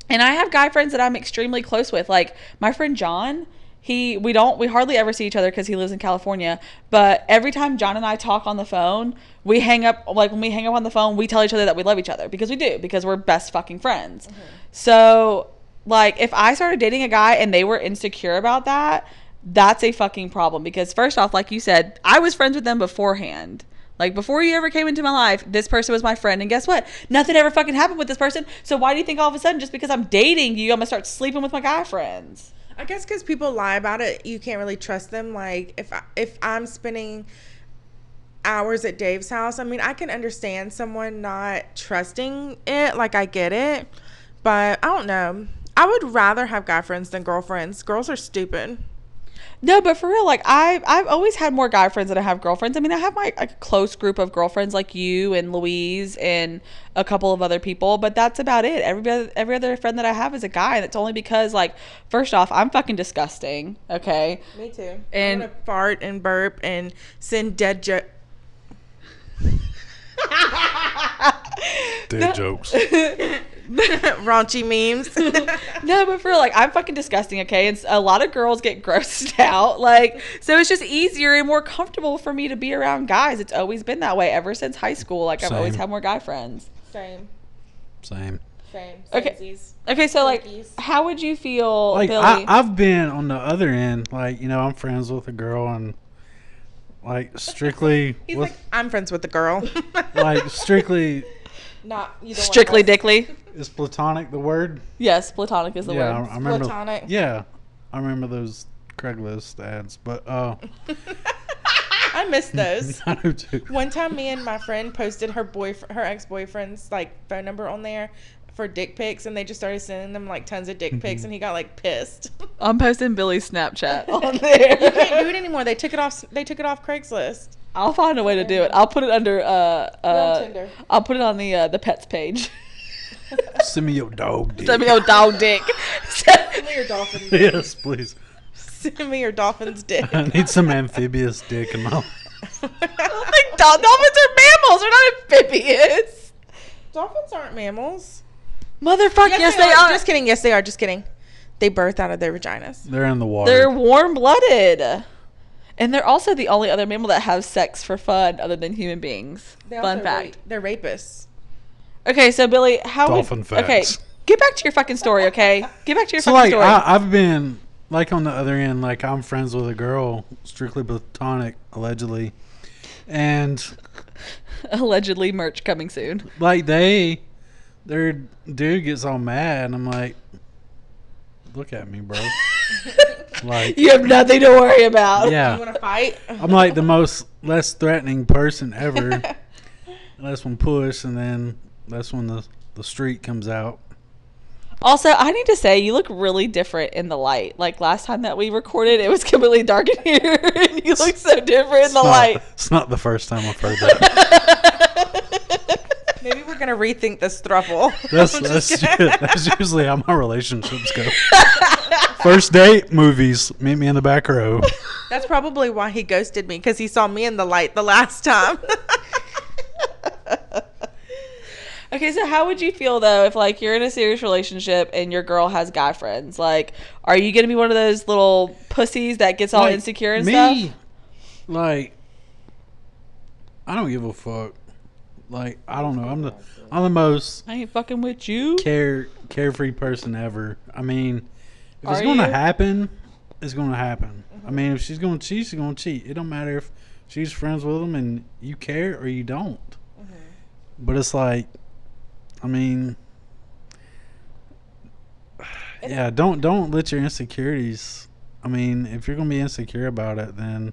Speaker 1: and I have guy friends that I'm extremely close with. Like my friend John. He, we don't, we hardly ever see each other because he lives in California. But every time John and I talk on the phone, we hang up, like when we hang up on the phone, we tell each other that we love each other because we do, because we're best fucking friends. So like if I started dating a guy and they were insecure about that, that's a fucking problem because first off, like you said, I was friends with them beforehand. Like before you ever came into my life, this person was my friend, and guess what? Nothing ever fucking happened with this person. So why do you think all of a sudden, just because I'm dating you, I'm gonna start sleeping with my guy friends?
Speaker 2: I guess because people lie about it, you can't really trust them. Like if I, if I'm spending hours at Dave's house, I mean, I can understand someone not trusting it. Like I get it, but I don't know. I would rather have guy friends than girlfriends. Girls are stupid.
Speaker 1: No, but for real, like I I've always had more guy friends than I have girlfriends. I mean, I have my a close group of girlfriends like you and Louise and a couple of other people, but that's about it. Every oth- every other friend that I have is a guy, and it's only because like first off, I'm fucking disgusting, okay?
Speaker 2: Me too.
Speaker 1: And-
Speaker 2: And I'm gonna fart and burp and send dead jo- <laughs>
Speaker 3: Dead
Speaker 1: <laughs>
Speaker 3: jokes.
Speaker 2: raunchy memes. <laughs>
Speaker 1: No, but for real, like I'm fucking disgusting, okay? And s- a lot of girls get <laughs> grossed out, like so it's just easier and more comfortable for me to be around guys. It's always been that way ever since high school. Like I've always
Speaker 3: Same.
Speaker 1: had more guy friends.
Speaker 2: Same.
Speaker 3: Same.
Speaker 2: Same.
Speaker 1: Okay.
Speaker 2: Samesies.
Speaker 1: Okay, so like,
Speaker 2: Monkeys.
Speaker 1: how would you feel,
Speaker 3: Like
Speaker 1: Billy?
Speaker 3: I, I've been on the other end. Like you know, I'm friends with a girl and
Speaker 1: <laughs>
Speaker 3: like strictly
Speaker 2: He's
Speaker 3: with
Speaker 2: like, I'm friends with the girl. <laughs>
Speaker 3: like, strictly
Speaker 2: Not you
Speaker 1: <laughs>
Speaker 2: don't
Speaker 1: Strictly
Speaker 2: want
Speaker 1: dickly.
Speaker 3: is platonic the word?
Speaker 1: Yes, platonic is the
Speaker 3: yeah, I,
Speaker 1: word.
Speaker 3: I remember.
Speaker 2: Platonic.
Speaker 3: Yeah, I remember those Craigslist ads, but uh,
Speaker 2: <laughs> I miss those.
Speaker 3: I do too.
Speaker 2: One time, me and my friend posted her boyfriend, her ex boyfriend's like phone number on there for dick pics, and they just started sending them like tons of dick pics, and he got like pissed. <laughs>
Speaker 1: I'm posting Billy's
Speaker 3: <laughs>
Speaker 1: Snapchat on
Speaker 2: you can't do
Speaker 1: there.
Speaker 2: it anymore. They took it off. They took it off Craigslist.
Speaker 1: I'll find a way to do it. I'll put it under. Uh, uh,
Speaker 2: Tinder.
Speaker 1: I'll put it on the uh, the pets
Speaker 2: <laughs>
Speaker 1: page.
Speaker 3: Send me your dog. Dick.
Speaker 1: Send me your dog
Speaker 2: <laughs>
Speaker 1: dick. <laughs>
Speaker 2: Send me your dolphin.
Speaker 3: yes, please.
Speaker 2: <laughs> Send me your <laughs> dolphin's dick.
Speaker 3: I need some amphibious dick in my
Speaker 1: <laughs> like dol- dolphins are mammals. They're not amphibious.
Speaker 2: Dolphins aren't mammals.
Speaker 1: Motherfuck. Yes, they, are.
Speaker 2: Just kidding. Yes, they are. Just kidding. They birth out of their vaginas.
Speaker 3: They're in the water.
Speaker 1: They're warm blooded. And they're also the only other mammal that has sex for fun other than human beings. Fun fact.
Speaker 2: They're rapists.
Speaker 1: Okay, so Billy, how
Speaker 3: Dolphin
Speaker 1: would, Okay,
Speaker 3: facts.
Speaker 1: get back to your fucking story, okay? Get back to your
Speaker 3: so
Speaker 1: fucking
Speaker 3: like
Speaker 1: story.
Speaker 3: I, I've been like on the other end, like I'm friends with a girl, strictly platonic, allegedly, and
Speaker 1: <laughs> Allegedly merch coming soon.
Speaker 3: like they, their dude gets all mad, and I'm like, look at
Speaker 1: <laughs>
Speaker 3: me, bro. like,
Speaker 1: You have nothing to worry about.
Speaker 2: You
Speaker 3: yeah,
Speaker 2: want to fight?
Speaker 3: I'm like the most less threatening person
Speaker 1: <laughs>
Speaker 3: ever. That's when push, and then that's when the the street comes out.
Speaker 1: Also, I need to say you look really different in the light. Like last time that we recorded, it was completely dark in here <laughs> and you look so different in the
Speaker 3: It's not-
Speaker 1: light.
Speaker 3: It's not the first time I've
Speaker 1: <laughs>
Speaker 3: heard that.
Speaker 2: Maybe we're gonna rethink this throuple.
Speaker 3: That's
Speaker 2: I'm
Speaker 3: that's,
Speaker 2: just
Speaker 3: u- <laughs> that's usually how my relationships go. First date movies. Meet me in the back row.
Speaker 2: That's probably why he ghosted me because he saw me in the light the last time.
Speaker 1: <laughs> Okay, so how would you feel though if like you're in a serious relationship and your girl has guy friends? Like, are you gonna be one of those little pussies that gets <laughs> all
Speaker 3: Like,
Speaker 1: insecure and
Speaker 3: me,
Speaker 1: stuff?
Speaker 3: Like I don't give a fuck. Like I don't know. I'm the I'm the most
Speaker 1: I ain't fucking with you.
Speaker 3: care carefree person ever. I mean, if it's
Speaker 1: Are
Speaker 3: gonna
Speaker 1: you?
Speaker 3: happen, it's gonna happen. I mean, if she's gonna cheat, she's gonna cheat. It don't matter if she's friends with him and you care or you don't.
Speaker 1: Mm-hmm.
Speaker 3: But it's like, I mean, yeah, don't don't let your insecurities. I mean, if you're gonna be insecure about it, then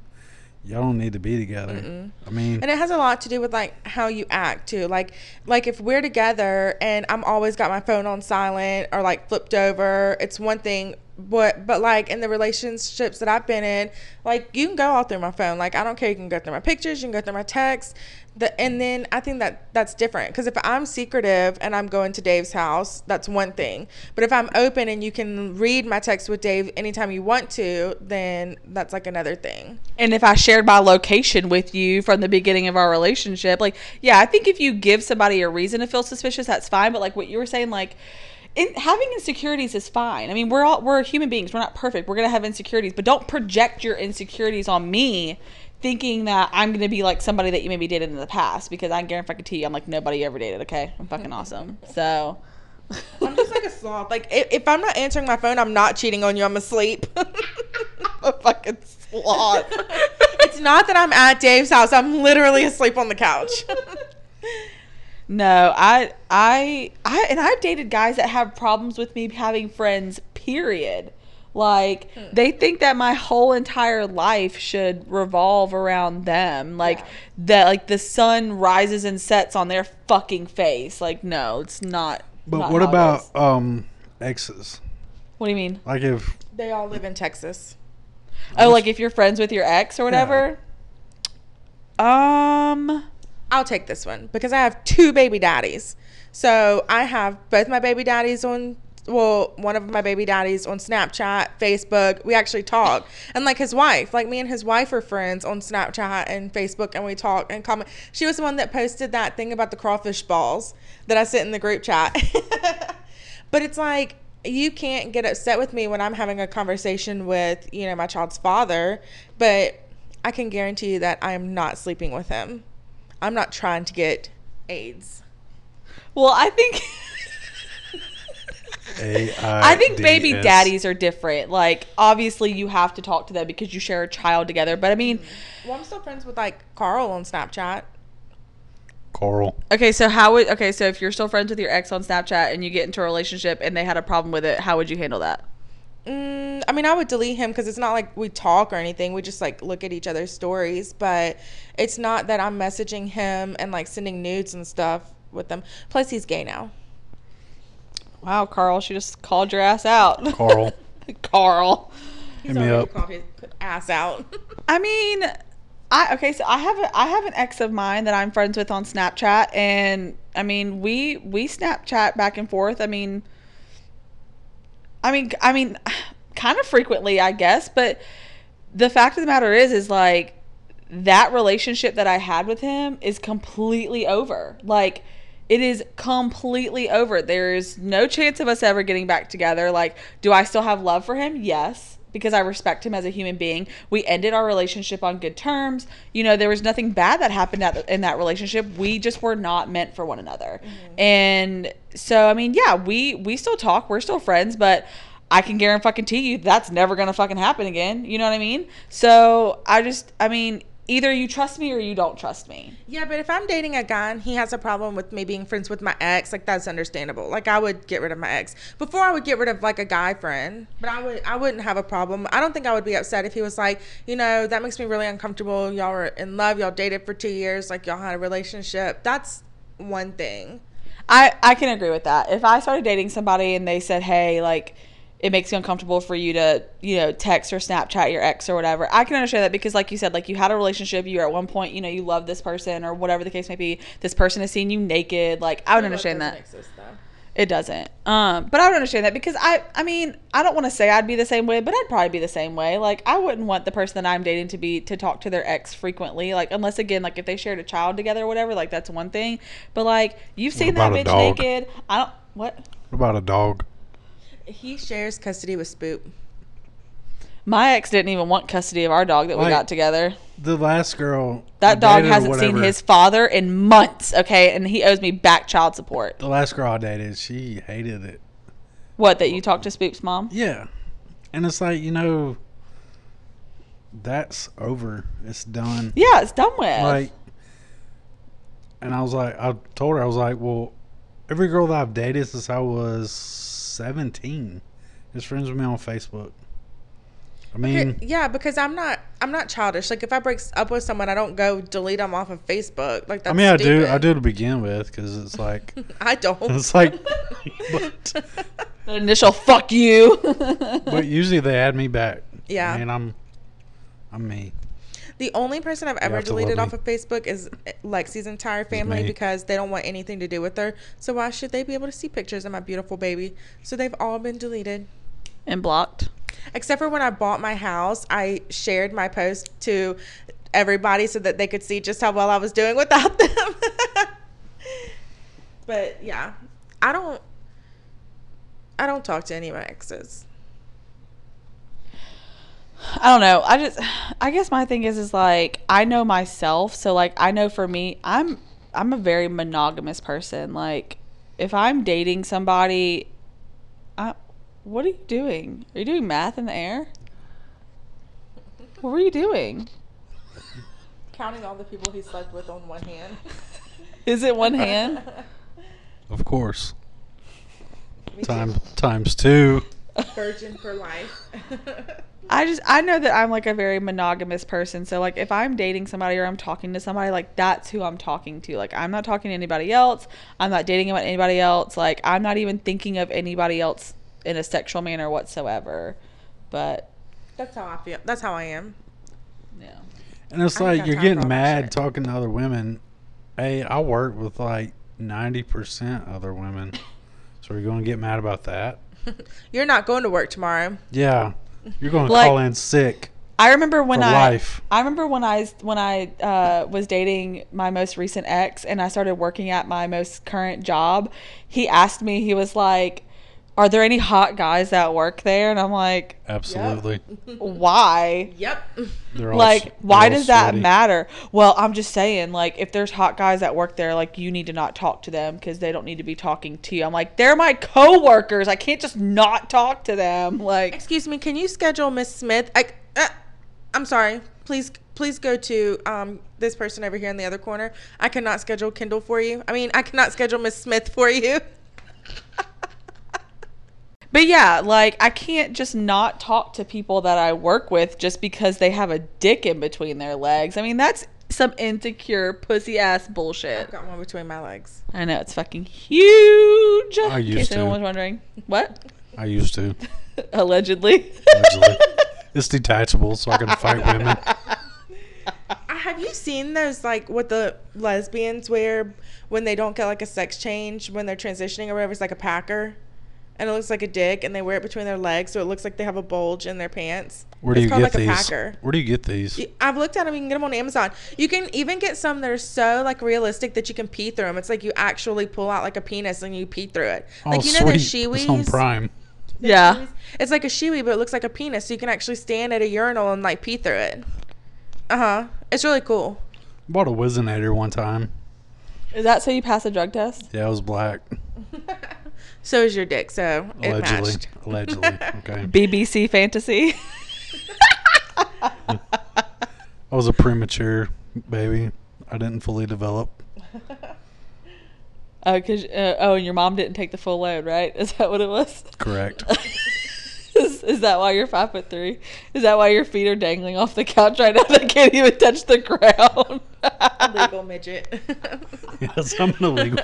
Speaker 3: y'all don't need to be together. I mean,
Speaker 2: and it has a lot to do with like how you act too. Like like if we're together and I'm always got my phone on silent or like flipped over, it's one thing. But but like in the relationships that I've been in, like you can go all through my phone. Like I don't care. You can go through my pictures. You can go through my texts. The, and then I think that that's different because if I'm secretive and I'm going to Dave's house, that's one thing. But if I'm open and you can read my text with Dave anytime you want to, then that's like another thing.
Speaker 1: And if I shared my location with you from the beginning of our relationship, like, yeah, I think if you give somebody a reason to feel suspicious, that's fine. But like what you were saying, like, in, having insecurities is fine. I mean, we're all we're human beings. We're not perfect. We're gonna have insecurities, but don't project your insecurities on me, thinking that I'm gonna be like somebody that you maybe dated in the past. Because I guarantee you, I'm like nobody you ever dated. Okay, I'm fucking awesome. So.
Speaker 2: I'm just like a sloth. Like if, if I'm not answering my phone, I'm not cheating on you. I'm asleep. <laughs>
Speaker 1: a fucking sloth.
Speaker 2: uh, it's not that I'm at Dave's house. I'm literally asleep on the couch.
Speaker 1: No, I, I, I, and I've dated guys that have problems with me having friends. Period. Like they think that my whole entire life should revolve around them. Like that, like the sun rises and sets on their fucking face. Like no, it's not.
Speaker 3: but
Speaker 1: not
Speaker 3: what
Speaker 1: how it
Speaker 3: about
Speaker 1: is.
Speaker 3: um exes?
Speaker 1: What do you mean?
Speaker 3: Like if
Speaker 2: <laughs> they all live in Texas.
Speaker 1: Oh, like if you're friends with your ex or whatever. Um.
Speaker 2: I'll take this one because I have two baby daddies. So I have both my baby daddies on well, one of my baby daddies on Snapchat, Facebook. We actually talk. And like his wife, like me and his wife are friends on Snapchat and Facebook and we talk and comment. She was the one that posted that thing about the crawfish balls that I sent in the group chat. <laughs> But it's like you can't get upset with me when I'm having a conversation with, you know, my child's father, but I can guarantee you that I am not sleeping with him. I'm not trying to get AIDS.
Speaker 1: Well, I think <laughs>
Speaker 3: A-I-D-S.
Speaker 1: I think baby daddies are different. Like obviously you have to talk to them because you share a child together. But I mean,
Speaker 2: Well, I'm still friends with like Carl on Snapchat.
Speaker 3: Coral.
Speaker 1: okay, so how would okay, so if you're still friends with your ex on Snapchat and you get into a relationship and they had a problem with it, how would you handle that?
Speaker 2: Mm, I mean, I would delete him because it's not like we talk or anything. We just like look at each other's stories, but it's not that I'm messaging him and like sending nudes and stuff with them. Plus, he's gay now.
Speaker 1: Wow, Carl, she just called your ass out.
Speaker 3: Coral.
Speaker 1: <laughs> Carl.
Speaker 2: He's
Speaker 3: Hit me
Speaker 2: already
Speaker 3: up.
Speaker 2: called his ass out. <laughs>
Speaker 1: I mean, I okay, so I have a I have an ex of mine that I'm friends with on Snapchat and I mean, we we Snapchat back and forth. I mean I mean I mean <sighs> kind of frequently, I guess, but the fact of the matter is is like that relationship that I had with him is completely over. Like it is completely over. There is no chance of us ever getting back together. Like, do I still have love for him? Yes, because I respect him as a human being. We ended our relationship on good terms. You know, there was nothing bad that happened at, in that relationship. We just were not meant for one another. And so, I mean, yeah, we we still talk. We're still friends, but I can guarantee fucking to you that's never gonna fucking happen again. You know what I mean? So I just, I mean, either you trust me or you don't trust me.
Speaker 2: yeah, but if I'm dating a guy and he has a problem with me being friends with my ex, like that's understandable. Like I would get rid of my ex before I would get rid of like a guy friend, but I would I wouldn't have a problem. I don't think I would be upset if he was like, you know, that makes me really uncomfortable. Y'all were in love, y'all dated for two years, like y'all had a relationship. That's one thing.
Speaker 1: I I can agree with that. If I started dating somebody and they said, "Hey, like it makes me uncomfortable for you to, you know, text or Snapchat your ex or whatever." I can understand that because like you said, like you had a relationship, you were at one point, you know, you love this person or whatever the case may be. This person has seen you naked. Like I would understand that. It doesn't. Um, but I would understand that because I I mean, I don't want to say I'd be the same way, but I'd probably be the same way. Like I wouldn't want the person that I'm dating to be to talk to their ex frequently. Like unless again, like if they shared a child together or whatever, like that's one thing. But like you've seen that
Speaker 3: about a
Speaker 1: bitch
Speaker 3: dog?
Speaker 1: naked. I don't what?
Speaker 3: What about a dog?
Speaker 2: He shares custody with Spoop.
Speaker 1: My ex didn't even want custody of our dog that we
Speaker 3: Like-
Speaker 1: got together.
Speaker 3: The last girl. I
Speaker 1: That dog
Speaker 3: dated or
Speaker 1: hasn't seen
Speaker 3: whatever,
Speaker 1: his father in months, okay? And he owes me back child support.
Speaker 3: The last girl I dated, she hated it.
Speaker 1: What that you talked to Spoop's mom?
Speaker 3: Yeah. And it's like, you know, that's over. It's done.
Speaker 1: Yeah, it's done with.
Speaker 3: Like, and I was like, I told her, I was like, well, every girl that I've dated since I was 17 is friends with me on Facebook. I mean,
Speaker 2: Yeah, because I'm not I'm not childish. Like if I break up with someone, I don't go delete them off of Facebook. Like that's
Speaker 3: I mean, I do,
Speaker 2: stupid.
Speaker 3: I do to begin with because it's like,
Speaker 2: <laughs> I don't.
Speaker 3: it's like, but,
Speaker 1: the initial fuck you.
Speaker 3: but usually they add me back.
Speaker 2: Yeah.
Speaker 3: I mean, I'm, I'm me.
Speaker 2: The only person I've ever
Speaker 3: have to love
Speaker 2: deleted
Speaker 3: me.
Speaker 2: off of Facebook is eh, Lexi's entire family
Speaker 3: me.
Speaker 2: because they don't want anything to do with her. So why should they be able to see pictures of my beautiful baby? So they've all been deleted.
Speaker 1: <laughs> and blocked.
Speaker 2: Except for when I bought my house, I shared my post to everybody so that they could see just how well I was doing without <laughs> them. but yeah, I don't I don't talk to any of my exes.
Speaker 1: I don't know. I just, I guess my thing is, is like I know myself, so like I know for me, I'm, I'm a very monogamous person. Like, if I'm dating somebody, I, what are you doing? Are you doing math in the air? What were you doing?
Speaker 2: Counting all the people he slept with on one hand. <laughs>
Speaker 1: Is it one hand?
Speaker 3: Of course. Time, times two.
Speaker 2: Virgin for life. <laughs>
Speaker 1: I just I know that I'm like a very monogamous person. So like if I'm dating somebody or I'm talking to somebody, like that's who I'm talking to. Like I'm not talking to anybody else. I'm not dating about anybody else. Like I'm not even thinking of anybody else in a sexual manner whatsoever. But
Speaker 2: That's how I feel. That's how I am.
Speaker 1: yeah.
Speaker 3: And it's
Speaker 2: I ain't
Speaker 3: like
Speaker 2: got
Speaker 3: you're
Speaker 2: time for
Speaker 3: getting
Speaker 2: all that
Speaker 3: mad
Speaker 2: shit.
Speaker 3: talking to other women. Hey, I work with like ninety percent other women, so you're going to get mad about that.
Speaker 2: You're not going to work tomorrow.
Speaker 3: Yeah, you're going to
Speaker 1: Like-
Speaker 3: call in sick
Speaker 1: I remember when
Speaker 3: for
Speaker 1: I
Speaker 3: life.
Speaker 1: I remember when I when I uh, was dating my most recent ex and I started working at my most current job. He asked me, he was like, are there any hot guys that work there? And I'm like,
Speaker 3: Absolutely.
Speaker 2: <laughs>
Speaker 1: why?
Speaker 2: Yep.
Speaker 3: They're all s-
Speaker 1: Like, why
Speaker 3: they're all
Speaker 1: does that
Speaker 3: sweaty.
Speaker 1: matter? Well, I'm just saying, like, if there's hot guys that work there, like, you need to not talk to them because they don't need to be talking to you. I'm like, they're my coworkers. I can't just not talk to them. <laughs> Like,
Speaker 2: Excuse me, can you schedule Miss Smith? I, uh, I'm sorry. Please, please go to um, this person over here in the other corner. I cannot schedule Kindle for you. I mean, I cannot schedule Miss Smith for you. <laughs>
Speaker 1: but yeah, like, I can't just not talk to people that I work with just because they have a dick in between their legs. I mean, that's some insecure pussy ass bullshit.
Speaker 2: Got one between my legs.
Speaker 1: I know it's fucking huge.
Speaker 3: I
Speaker 1: in
Speaker 3: used
Speaker 1: case
Speaker 3: to.
Speaker 1: anyone was wondering, what <laughs>
Speaker 3: I used to.
Speaker 1: allegedly?
Speaker 3: Allegedly. it's detachable, so I can
Speaker 2: <laughs>
Speaker 3: fight women.
Speaker 2: Uh, Have you seen those like what the lesbians wear when they don't get like a sex change when they're transitioning or whatever? It's like a packer, and it looks like a dick, and they wear it between their legs, so it looks like they have a bulge in their pants.
Speaker 3: Where do
Speaker 2: it's
Speaker 3: you
Speaker 2: called
Speaker 3: get
Speaker 2: like a
Speaker 3: these?
Speaker 2: packer.
Speaker 3: Where do you get these?
Speaker 2: You- I've looked at them. You can get them on Amazon. You can even get some that are so like realistic that you can pee through them. It's like you actually pull out like a penis and you pee through it.
Speaker 3: Oh,
Speaker 2: Like you know
Speaker 3: sweet.
Speaker 2: the
Speaker 3: It's on
Speaker 2: shiwis.
Speaker 3: Prime.
Speaker 1: <laughs> yeah,
Speaker 2: It's like a shiwi, but it looks like a penis. So you can actually stand at a urinal and like pee through it. Uh huh. It's really cool.
Speaker 3: Bought a Wizinator one time.
Speaker 1: is that so you pass a drug test?
Speaker 3: Yeah, it was black.
Speaker 2: So is your dick. So it
Speaker 1: <laughs>
Speaker 3: Allegedly.
Speaker 2: matched.
Speaker 3: Allegedly. Okay.
Speaker 1: BBC fantasy.
Speaker 3: I was a premature baby. I didn't fully develop.
Speaker 1: <laughs> Oh, cause uh, oh, and your mom didn't take the full load, right? Is that what it was? <laughs>
Speaker 3: Correct.
Speaker 1: is, is that why you're five foot three? Is that why your feet are dangling off the couch right now? <laughs> They can't even touch the ground.
Speaker 2: <laughs> Legal midget.
Speaker 3: yes, I'm an illegal.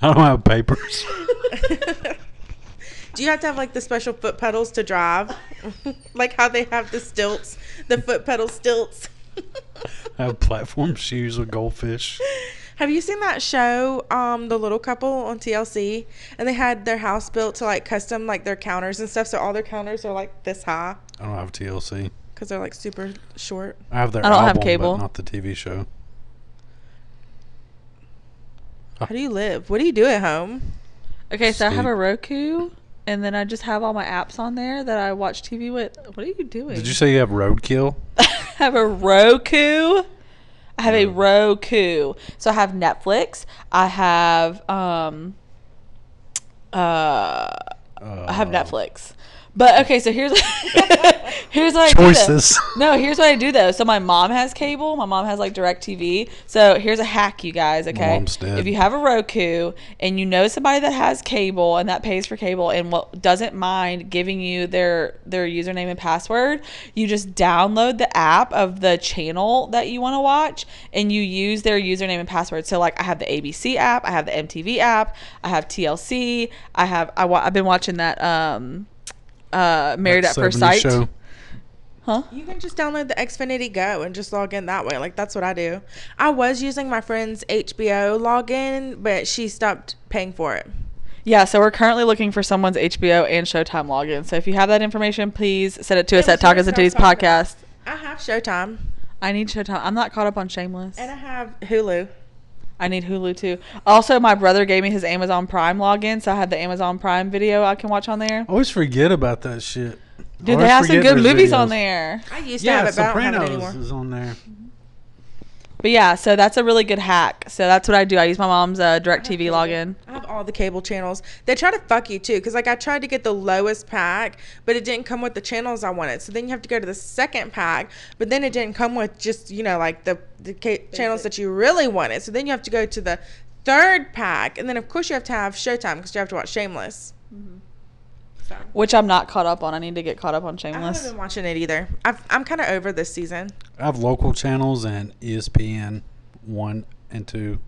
Speaker 3: I don't have papers.
Speaker 2: Do you have to have like the special foot pedals to <laughs> drive? like how they have the stilts, the foot pedal stilts.
Speaker 3: I have platform shoes with goldfish.
Speaker 2: Have you seen that show, um, The Little Couple on TLC? And they had their house built to like custom like their counters and stuff. So all their counters are like this high
Speaker 3: I don't have TLC.
Speaker 2: because they're like super short.
Speaker 3: I have their
Speaker 1: I don't have
Speaker 3: album, but
Speaker 1: cable.
Speaker 3: not the TV show.
Speaker 2: How do you live? What do you do at home?
Speaker 1: <laughs> Okay, so I have
Speaker 3: Sleep.
Speaker 1: a Roku, and then I just have all my apps on there that I watch TV with. What are you doing?
Speaker 3: Did you say you have roadkill?
Speaker 1: I <laughs> have a Roku. I have a Roku. So I have Netflix. I have um uh I have Netflix. But okay, so here's <laughs> here's what I do, though.
Speaker 3: Choices.
Speaker 1: No, here's what I do though. So my mom has cable. My mom has like Direct TV. So here's a hack, you guys. Okay,
Speaker 3: mom's dead.
Speaker 1: if you have a Roku and you know somebody that has cable and that pays for cable and what doesn't mind giving you their their username and password, you just download the app of the channel that you want to watch and you use their username and password. So like I have the ABC app, I have the MTV app, I have TLC, I have I wa- I've been watching that um uh Married
Speaker 3: That
Speaker 1: at First
Speaker 3: 70s
Speaker 1: Sight.
Speaker 3: show.
Speaker 2: You can just download the Xfinity Go and just log in that way. Like that's what I do. I was using my friend's HBO login, but she stopped paying for it.
Speaker 1: Yeah, so we're currently looking for someone's HBO and Showtime login. So if you have that information, please send it to us
Speaker 2: Yeah,
Speaker 1: at
Speaker 2: we
Speaker 1: Tacos
Speaker 2: should
Speaker 1: and Titties
Speaker 2: talk about
Speaker 1: Podcast.
Speaker 2: I have Showtime
Speaker 1: I need Showtime. I'm not caught up on Shameless.
Speaker 2: and I have Hulu.
Speaker 1: I need Hulu too. Also, my brother gave me his Amazon Prime login, so I have the Amazon Prime video I can watch on there.
Speaker 3: I always forget about that shit. Oh, I
Speaker 1: Dude, they
Speaker 3: always
Speaker 1: have some
Speaker 3: forget
Speaker 1: good
Speaker 3: there's
Speaker 1: movies on
Speaker 3: videos.
Speaker 1: there.
Speaker 2: I used to
Speaker 3: Yeah,
Speaker 2: have it, but I don't have it
Speaker 3: Sopranos
Speaker 2: anymore.
Speaker 3: is on there.
Speaker 1: But yeah, so that's a really good hack. So that's what I do. I use my mom's uh, DirecTV login.
Speaker 2: I have all the cable channels. They try to fuck you too, because like I tried to get the lowest pack, but it didn't come with the channels I wanted. So then you have to go to the second pack, but then it didn't come with just you know like the the ca- channels that you really wanted. So then you have to go to the third pack, and then of course you have to have Showtime because you have to watch Shameless.
Speaker 1: Which I'm not caught up on. I need to get caught up on
Speaker 2: I haven't
Speaker 1: Shameless.
Speaker 2: been watching it either. I've, I'm kind of over this season.
Speaker 3: I have local channels and E ESPN one and two.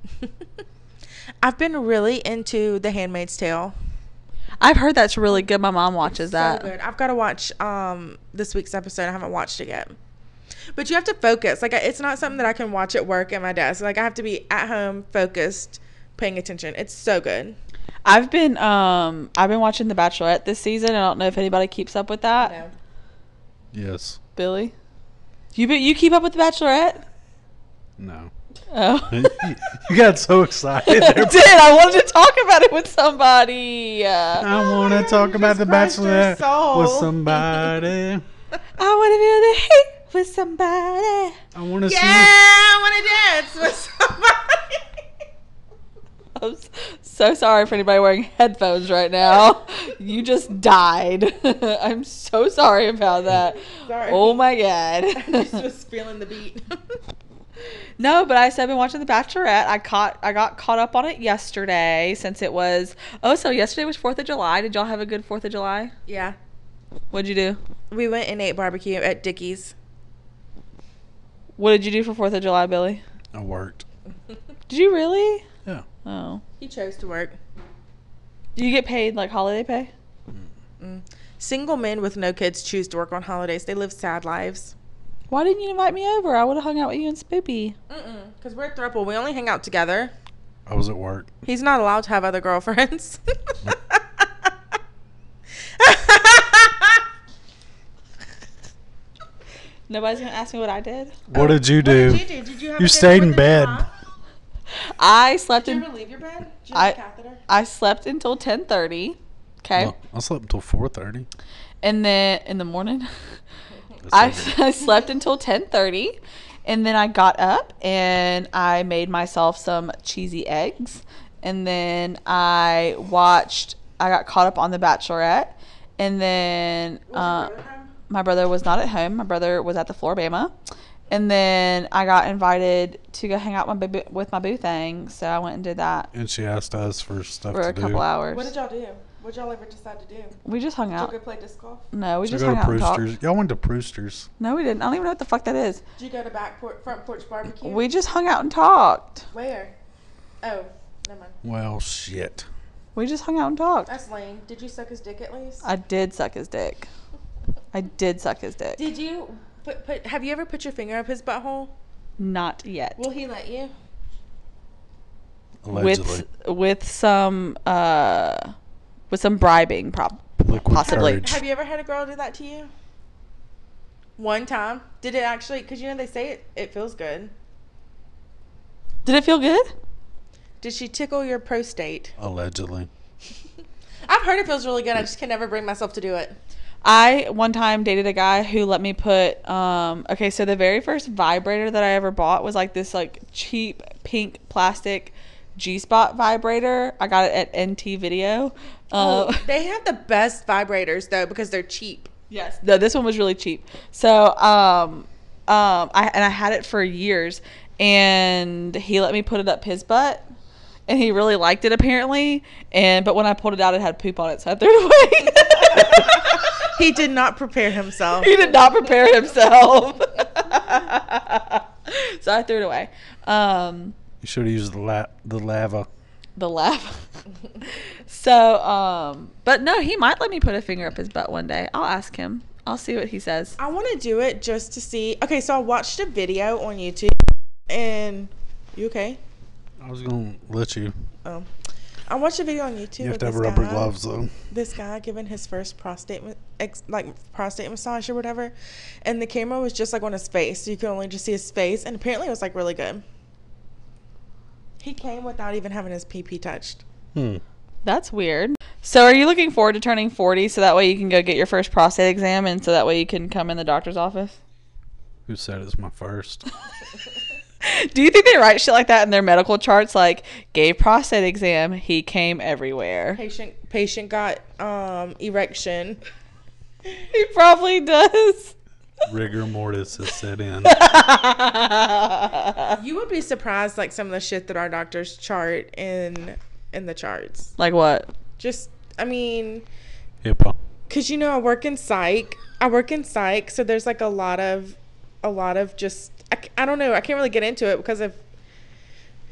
Speaker 2: I've been really into The Handmaid's Tale.
Speaker 1: I've heard that's really good. My mom watches
Speaker 2: so
Speaker 1: that.
Speaker 2: good. I've got to watch um this week's episode. I haven't watched it yet. But you have to focus. Like I- it's not something that I can watch at work at my desk. Like I have to be at home focused, paying attention. It's so good.
Speaker 1: I've been um I've been watching The Bachelorette this season. I don't know if anybody keeps up with that.
Speaker 3: Yes.
Speaker 1: Billy, you be, you keep up with The Bachelorette?
Speaker 3: No.
Speaker 1: Oh.
Speaker 3: you got so
Speaker 2: <laughs>
Speaker 3: excited.
Speaker 1: I
Speaker 3: there.
Speaker 1: <laughs> did. I wanted to talk about it with somebody. Uh,
Speaker 3: I want to talk about the
Speaker 2: crushed your
Speaker 3: Bachelorette with
Speaker 2: soul.
Speaker 3: somebody.
Speaker 1: I want to feel the heat with somebody.
Speaker 3: I want to
Speaker 2: Yeah,
Speaker 3: see.
Speaker 2: I want to dance with somebody.
Speaker 1: I'm s- so sorry for anybody wearing headphones right now. You just died. <laughs> I'm so sorry about that.
Speaker 2: <laughs> Sorry.
Speaker 1: Oh my god.
Speaker 2: <laughs> Just was feeling the beat. <laughs>
Speaker 1: No, but I said I've been watching The Bachelorette. I caught I got caught up on it yesterday since it was oh so yesterday was Fourth of July. Did y'all have a good Fourth of July?
Speaker 2: yeah.
Speaker 1: What'd you do?
Speaker 2: We went and ate barbecue at Dickie's.
Speaker 1: What did you do for Fourth of July, Billy?
Speaker 3: I worked.
Speaker 1: Did you really?
Speaker 3: Yeah.
Speaker 1: Oh.
Speaker 2: He chose to work.
Speaker 1: Do you get paid like holiday pay?
Speaker 2: Single men with no kids choose to work on holidays. They live sad lives.
Speaker 1: Why didn't you invite me over? I would have hung out with you and Spoopy.
Speaker 2: Mm-mm. Because we're a throuple. We only hang out together.
Speaker 3: I was at work.
Speaker 2: He's not allowed to have other girlfriends. <laughs>
Speaker 1: Nobody's gonna ask me what I did.
Speaker 3: What did you do?
Speaker 2: Did you, did you, have
Speaker 3: You
Speaker 2: a good
Speaker 3: stayed in
Speaker 2: Fourth of
Speaker 3: bed.
Speaker 2: July?
Speaker 1: I slept
Speaker 2: Did you
Speaker 1: in
Speaker 2: ever leave your bed? Did you
Speaker 1: I-
Speaker 2: have a catheter?
Speaker 1: I slept until ten thirty. Okay.
Speaker 3: Well, I slept until 4:30.
Speaker 1: and then in the morning <laughs>
Speaker 3: That's
Speaker 1: I, <laughs>
Speaker 3: okay.
Speaker 1: I slept until 10.30 and then i got up and i made myself some cheesy eggs and then i watched i got caught up on the bachelorette and then uh, my brother was not at home my brother was at the floribama and then i got invited to go hang out my boo- with my boo thing so i went and did that
Speaker 3: and she asked us for stuff
Speaker 1: for
Speaker 3: to
Speaker 1: a couple
Speaker 3: do.
Speaker 1: hours
Speaker 2: What did y'all do? What y'all ever decide to do? Did
Speaker 1: we just hung
Speaker 2: y'all
Speaker 1: out
Speaker 2: go play disc golf?
Speaker 1: no we
Speaker 3: So
Speaker 1: just
Speaker 3: go
Speaker 1: hung
Speaker 3: to
Speaker 1: out and talked.
Speaker 3: Brewster's. Y'all went to Brewster's.
Speaker 1: no we didn't i don't even know what the fuck that is
Speaker 2: Did you go to back por- front porch barbecue?
Speaker 1: We just hung out and talked.
Speaker 2: Where? Oh, never mind.
Speaker 3: Well, shit.
Speaker 1: We just hung out and talked.
Speaker 2: That's lame. Did you suck his dick at least?
Speaker 1: I did suck his dick. I did suck his dick.
Speaker 2: Did you put, put have you ever put your finger up his butthole?
Speaker 1: Not yet.
Speaker 2: Will he let you?
Speaker 3: Allegedly.
Speaker 1: With with some uh with some bribing prob
Speaker 3: Liquid
Speaker 1: possibly.
Speaker 3: courage.
Speaker 2: Have you ever had a girl do that to you? One time? Did it actually cuz you know they say it it feels good.
Speaker 1: Did it feel good?
Speaker 2: Did she tickle your prostate?
Speaker 3: Allegedly.
Speaker 2: I've heard it feels really good. I just can never bring myself to do it.
Speaker 1: I one time dated a guy who let me put um okay, so the very first vibrator that I ever bought was like this like cheap pink plastic G spot vibrator. I got it at NT Video. Uh, <laughs>
Speaker 2: Oh, they have the best vibrators though because they're cheap.
Speaker 1: Yes. No, this one was really cheap. So, um, um, I and I had it for years, and he let me put it up his butt, and he really liked it apparently. And but when I pulled it out, it had poop on it, so I threw it away. <laughs>
Speaker 2: He did not prepare himself.
Speaker 1: he did not prepare himself, <laughs> so I threw it away. Um,
Speaker 3: You should have used the la- the lava.
Speaker 1: the laugh. <laughs> so, um, but no, he might let me put a finger up his butt one day. I'll ask him. I'll see what he says.
Speaker 2: I want to do it just to see. Okay, so I watched a video on YouTube, and you okay?
Speaker 3: I was gonna let you.
Speaker 2: Oh, I watched a video on YouTube.
Speaker 3: You have
Speaker 2: of
Speaker 3: to have
Speaker 2: this
Speaker 3: rubber
Speaker 2: guy-
Speaker 3: gloves though.
Speaker 2: This guy giving his first prostate, ma- ex, like prostate massage or whatever, and the camera was just like on his face, so you could only just see his face, and apparently it was like really good. He came without even having his pee pee touched.
Speaker 3: Hmm.
Speaker 1: That's weird. So, are you looking forward to turning 40 so that way you can go get your first prostate exam and so that way you can come in the doctor's office? <laughs>
Speaker 3: Who said it's my first?
Speaker 1: Do you think they write shit like that in their medical charts? Like, gave prostate exam, he came everywhere.
Speaker 2: Patient patient got um erection.
Speaker 1: He probably does. <laughs>
Speaker 3: Rigor mortis has set in. <laughs>
Speaker 2: You would be surprised, like some of the shit that our doctors chart in in the charts.
Speaker 1: Like, what?
Speaker 2: Just, I mean,
Speaker 3: HIPAA.
Speaker 2: because you know i work in psych i work in psych so there's like a lot of a lot of just i, c- I don't know i can't really get into it because of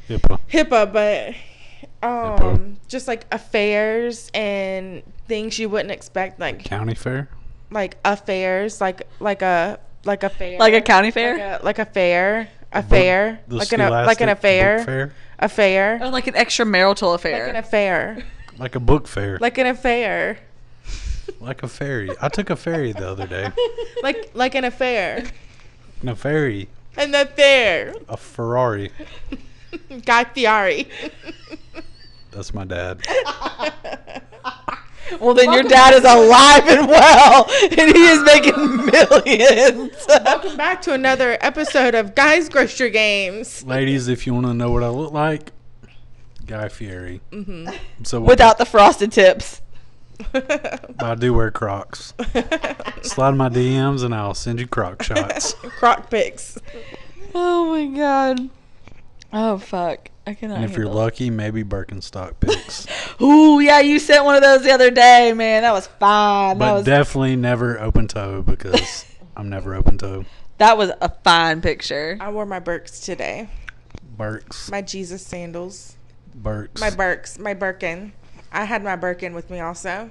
Speaker 3: HIPAA.
Speaker 2: hipaa but um just like affairs and things you wouldn't expect like
Speaker 3: County fair.
Speaker 2: like affairs like like a like a fair
Speaker 1: Like a county fair?
Speaker 2: like a, like a fair affair
Speaker 3: The
Speaker 2: like an a, like an
Speaker 3: Scholastic book
Speaker 2: affair
Speaker 3: fair.
Speaker 2: affair
Speaker 1: or like an extramarital
Speaker 2: like an
Speaker 1: affair.
Speaker 2: affair
Speaker 3: Like a book fair. Like,
Speaker 2: like an affair <laughs>
Speaker 3: a ferry. I took a ferry the other day.
Speaker 1: <laughs>
Speaker 2: like like an affair
Speaker 3: No ferry.
Speaker 2: And that there,
Speaker 3: A Ferrari.
Speaker 2: Guy Fieri.
Speaker 3: That's my dad.
Speaker 1: <laughs> Well, then your dad is alive and well, and he is making <laughs> millions.
Speaker 2: Welcome back to another episode of Guys
Speaker 1: <laughs>
Speaker 2: Grocery Games. <laughs>
Speaker 3: Ladies, if you want to know what I look like, Guy Fieri. Mm-hmm. So
Speaker 1: Without the frosted tips.
Speaker 3: I do wear Crocs. Slide my DMs and I'll send
Speaker 2: <laughs>
Speaker 3: you Croc shots.
Speaker 2: Croc pics.
Speaker 1: Oh my god. Oh fuck. I cannot.
Speaker 3: And if you're lucky, maybe Birkenstock
Speaker 2: <laughs>
Speaker 3: pics.
Speaker 1: Ooh, yeah, you sent one of those the other day, man. That was fine. That
Speaker 3: But
Speaker 1: was
Speaker 3: definitely never open toe
Speaker 2: <laughs>
Speaker 3: because I'm never open toe.
Speaker 1: that was a fine picture.
Speaker 2: I wore my Birks today.
Speaker 3: Burks.
Speaker 2: My Jesus sandals.
Speaker 3: Burks.
Speaker 2: My Birks. My Birkin. I had my Birkin with me
Speaker 1: You
Speaker 2: also.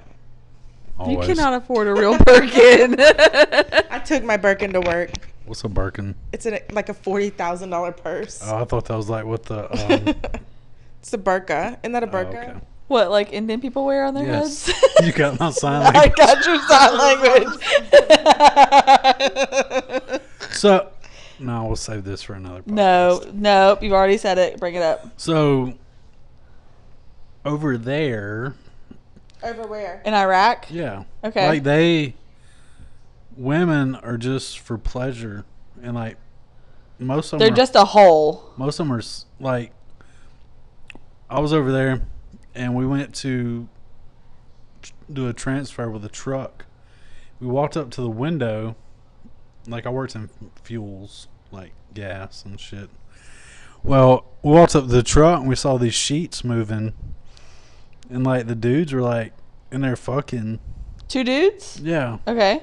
Speaker 3: always.
Speaker 1: cannot afford a <laughs> real Birkin.
Speaker 2: I took my Birkin to work.
Speaker 3: What's a Birkin?
Speaker 2: It's in a, like a forty thousand dollar purse.
Speaker 3: Oh, I thought that was like
Speaker 1: <laughs>
Speaker 3: what the. Um,
Speaker 2: <laughs> It's a burqa. Isn't that a
Speaker 3: oh,
Speaker 2: burqa?
Speaker 3: okay.
Speaker 1: what, like Indian people wear on their
Speaker 3: Yes.
Speaker 1: heads?
Speaker 3: <laughs> You got my sign
Speaker 1: <laughs> I
Speaker 3: language.
Speaker 1: got your sign <laughs> language.
Speaker 3: So, no, we'll save this for another. Podcast.
Speaker 1: no, nope. You've already said it. Bring it up.
Speaker 3: So, over there,
Speaker 2: <laughs> Over where?
Speaker 1: In Iraq?
Speaker 3: yeah.
Speaker 1: Okay.
Speaker 3: Like they, women are just for pleasure, and like most of them
Speaker 1: They're
Speaker 3: are,
Speaker 1: just a hole.
Speaker 3: most of them are s- like. I was over there, and we went to tr- do a transfer with a truck. We walked up to the window, like I worked in fuels, like gas and shit. Well, we walked up to the truck and we saw these sheets moving, and like the dudes were like in there fucking
Speaker 1: Two dudes?
Speaker 3: yeah.
Speaker 1: Okay.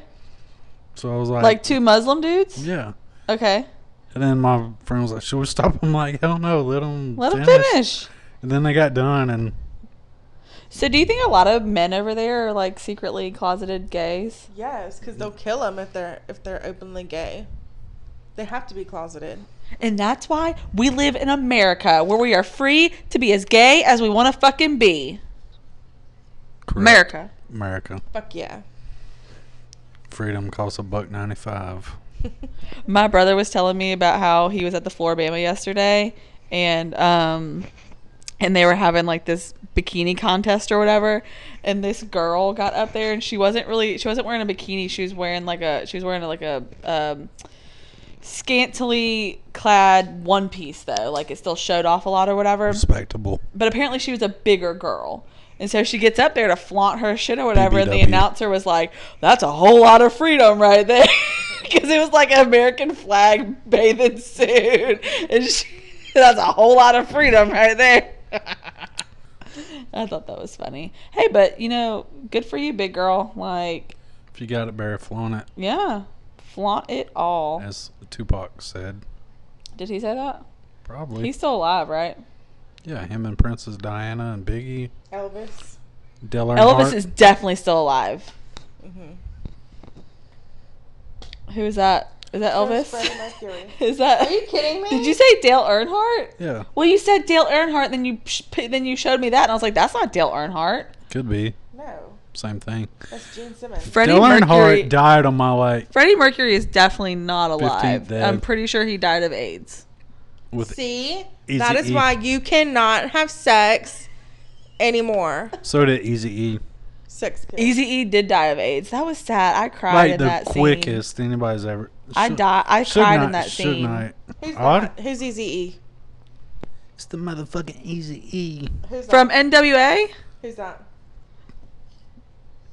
Speaker 3: So I was like,
Speaker 1: Like two Muslim dudes?
Speaker 3: yeah.
Speaker 1: Okay.
Speaker 3: And then my friend was like, "Should we stop?" I'm like, "Hell no, let them
Speaker 1: Let them finish.
Speaker 3: And then they got done, and
Speaker 1: So, do you think a lot of men over there are like secretly closeted gays?
Speaker 2: Yes, because they'll kill them if they're if they're openly gay. They have to be closeted.
Speaker 1: And that's why we live in America where we are free to be as gay as we want to fucking be. America.
Speaker 3: America,
Speaker 2: Fuck yeah.
Speaker 3: freedom costs a buck ninety-five.
Speaker 1: My brother was telling me about how he was at the Floribama yesterday and um and they were having like this bikini contest or whatever and this girl got up there and she wasn't really she wasn't wearing a bikini she was wearing like a she was wearing like a um scantily clad one piece though like it still showed off a lot or whatever <laughs>
Speaker 3: Respectable.
Speaker 1: but apparently she was a bigger girl. And so she gets up there to flaunt her shit or whatever, and the
Speaker 3: BBW.
Speaker 1: announcer was like, "That's a whole lot of freedom right there," <laughs> because it was like an American flag bathing suit, and she, <laughs> that's a whole lot of freedom right there. I thought that was funny. Hey, but you know, good for you, big girl. Like,
Speaker 3: If you got it, bear flaunt it,
Speaker 1: yeah, flaunt it all.
Speaker 3: as Tupac said.
Speaker 1: Did he say that?
Speaker 3: Probably.
Speaker 1: He's still alive, right?
Speaker 3: yeah, him and Princess Diana and Biggie.
Speaker 2: Elvis.
Speaker 3: Dell Earnhardt.
Speaker 1: Elvis is definitely still alive.
Speaker 2: Mm-hmm.
Speaker 1: Who is that? Is that
Speaker 2: was Freddie
Speaker 1: Elvis?
Speaker 2: Mercury.
Speaker 1: <laughs> is that?
Speaker 2: Are you kidding me?
Speaker 1: Did you say Dale Earnhardt?
Speaker 3: Yeah,
Speaker 1: Well, you said Dale Earnhardt, then you sh- p- then you showed me that, and I was like, that's not Dale Earnhardt.
Speaker 3: could be
Speaker 2: No,
Speaker 3: same thing.
Speaker 2: that's Gene Simmons.
Speaker 1: Freddie
Speaker 3: Dell
Speaker 1: Mercury.
Speaker 3: Earnhardt died on my like
Speaker 1: Freddie Mercury is definitely not alive.
Speaker 3: 15th day.
Speaker 1: I'm pretty sure he died of AIDS.
Speaker 3: with.
Speaker 2: See,
Speaker 3: Easy
Speaker 2: that is
Speaker 3: E.
Speaker 2: why you cannot have sex anymore.
Speaker 3: So did Easy E.
Speaker 2: <laughs> Sex. kill.
Speaker 1: Easy E did die of AIDS. That was sad. I cried
Speaker 3: Like
Speaker 1: in
Speaker 3: the
Speaker 1: that scene.
Speaker 3: quickest anybody's ever.
Speaker 1: I
Speaker 3: Should-
Speaker 1: died. I
Speaker 3: Suge
Speaker 1: cried
Speaker 3: Knight-
Speaker 1: in that
Speaker 3: Suge
Speaker 1: scene.
Speaker 3: Knight.
Speaker 2: Who's
Speaker 3: Odd?
Speaker 2: that? Who's E? Eazy-E?
Speaker 3: It's the motherfucking Easy E.
Speaker 2: Who's that?
Speaker 1: From NWA,
Speaker 2: Who's that?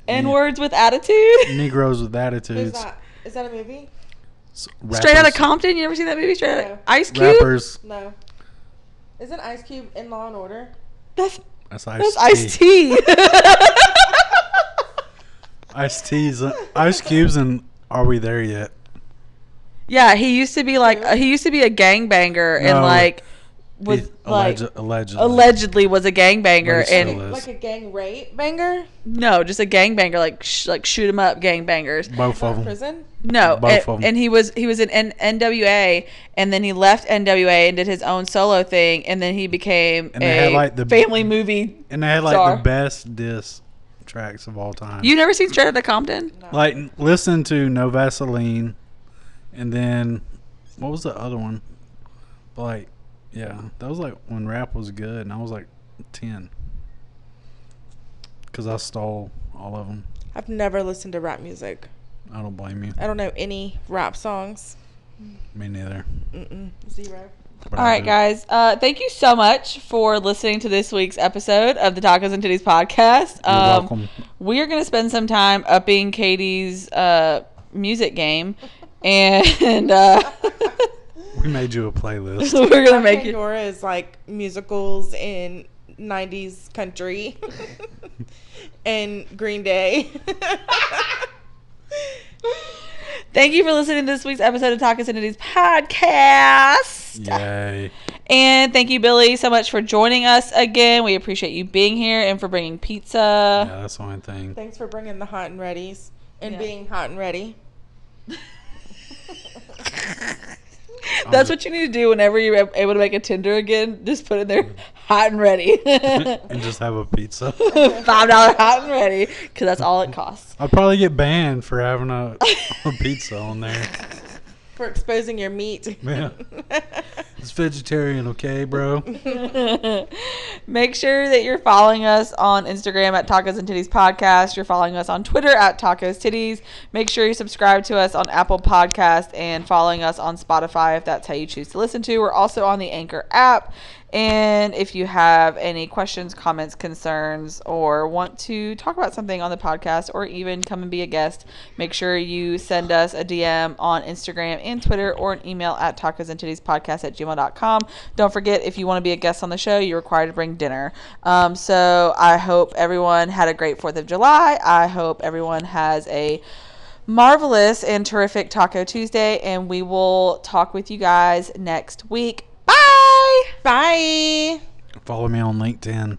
Speaker 1: N words with attitude. <laughs>
Speaker 3: Negroes with
Speaker 2: Who's
Speaker 3: attitudes.
Speaker 2: that? Is that a movie?
Speaker 3: S-
Speaker 1: Straight out of
Speaker 3: rappers-
Speaker 1: Compton. You ever seen that movie? Straight out
Speaker 2: No.
Speaker 1: of Ice Cube.
Speaker 3: Rappers.
Speaker 2: No. Isn't Ice Cube in Law and Order?
Speaker 1: That's
Speaker 3: That's Ice
Speaker 1: that's
Speaker 3: T.
Speaker 1: Ice T. <laughs>
Speaker 3: Ice T's, Ice Cubes, and Are We There Yet?
Speaker 1: yeah, he used to be like he used to be a gangbanger and
Speaker 3: No.
Speaker 1: like was
Speaker 3: He's
Speaker 1: like
Speaker 3: alleged, uh, allegedly.
Speaker 1: allegedly was a
Speaker 3: But
Speaker 1: gangbanger
Speaker 3: he
Speaker 1: and
Speaker 3: still is.
Speaker 2: Like a gang rape banger?
Speaker 1: no, just a gangbanger like sh- like shoot 'em up gangbangers.
Speaker 3: Both
Speaker 2: Not
Speaker 3: of them.
Speaker 2: prison?
Speaker 1: No,
Speaker 3: Both
Speaker 1: and,
Speaker 3: of 'em.
Speaker 1: and he was he was in N- NWA and then he left NWA and did his own solo thing and then he became
Speaker 3: And
Speaker 1: a
Speaker 3: they had, like, the-
Speaker 1: family movie.
Speaker 3: And they had like
Speaker 1: Czar.
Speaker 3: the best diss tracks of all time.
Speaker 1: You never seen Straight Outta Compton?
Speaker 3: like listen to No Vaseline, and then what was the other one? But like, yeah, that was like when rap was good, and I was like ten because I stole all of them.
Speaker 2: I've never listened to rap music.
Speaker 3: I don't blame you.
Speaker 2: I don't know any rap songs.
Speaker 3: Me neither.
Speaker 2: Mm-mm. <laughs> Zero.
Speaker 3: but
Speaker 1: All
Speaker 3: I
Speaker 1: right,
Speaker 3: do.
Speaker 1: guys. Uh, thank you so much for listening to this week's episode of the Tacos and Titties podcast.
Speaker 3: You're
Speaker 1: um,
Speaker 3: welcome.
Speaker 1: We are going to spend some time upping Katie's uh, music game, and uh, <laughs>
Speaker 3: We made you a playlist.
Speaker 1: we're going to make it.
Speaker 2: Pandora is like musicals in 90s
Speaker 1: <laughs>
Speaker 2: country and Green Day.
Speaker 1: Thank you for listening to this week's episode of Tacos and Titties podcast.
Speaker 3: Yay.
Speaker 1: And thank you, Billy, so much for joining us again. We appreciate you being here and for bringing
Speaker 3: Yeah,
Speaker 1: pizza.
Speaker 3: that's the
Speaker 2: <laughs>
Speaker 3: only thing.
Speaker 2: Thanks for bringing the hot and readies and
Speaker 1: Yeah.
Speaker 2: being hot
Speaker 1: <laughs>
Speaker 2: and ready.
Speaker 1: That's what you need to do whenever you're ab- able to make a Tinder again. Just put in there hot and ready. <laughs>
Speaker 3: and just have a pizza.
Speaker 1: Five dollar hot and ready, because that's all it costs.
Speaker 3: I'd probably get banned for having a, a pizza on there.
Speaker 2: For exposing
Speaker 1: <laughs>
Speaker 2: your meat. <laughs>
Speaker 3: Yeah. It's vegetarian, okay, bro?
Speaker 1: <laughs> Make sure that you're following us on Instagram at Tacos and Titties Podcast. You're following us on Twitter at Tacos Titties. Make sure you subscribe to us on Apple Podcast and following us on Spotify if that's how you choose to listen to. We're also on the Anchor app. And if you have any questions, comments, concerns, or want to talk about something on the podcast or even come and be a guest, make sure you send us a DM on Instagram and Twitter or an email at tacos and titties podcast at gmail.com. Don't forget, if you want to be a guest on the show, you're required to bring dinner. Um, so I hope everyone had a great 4th of July. I hope everyone has a marvelous and terrific Taco Tuesday. And we will talk with you guys next week. Bye!
Speaker 2: Bye.
Speaker 3: Follow me on LinkedIn.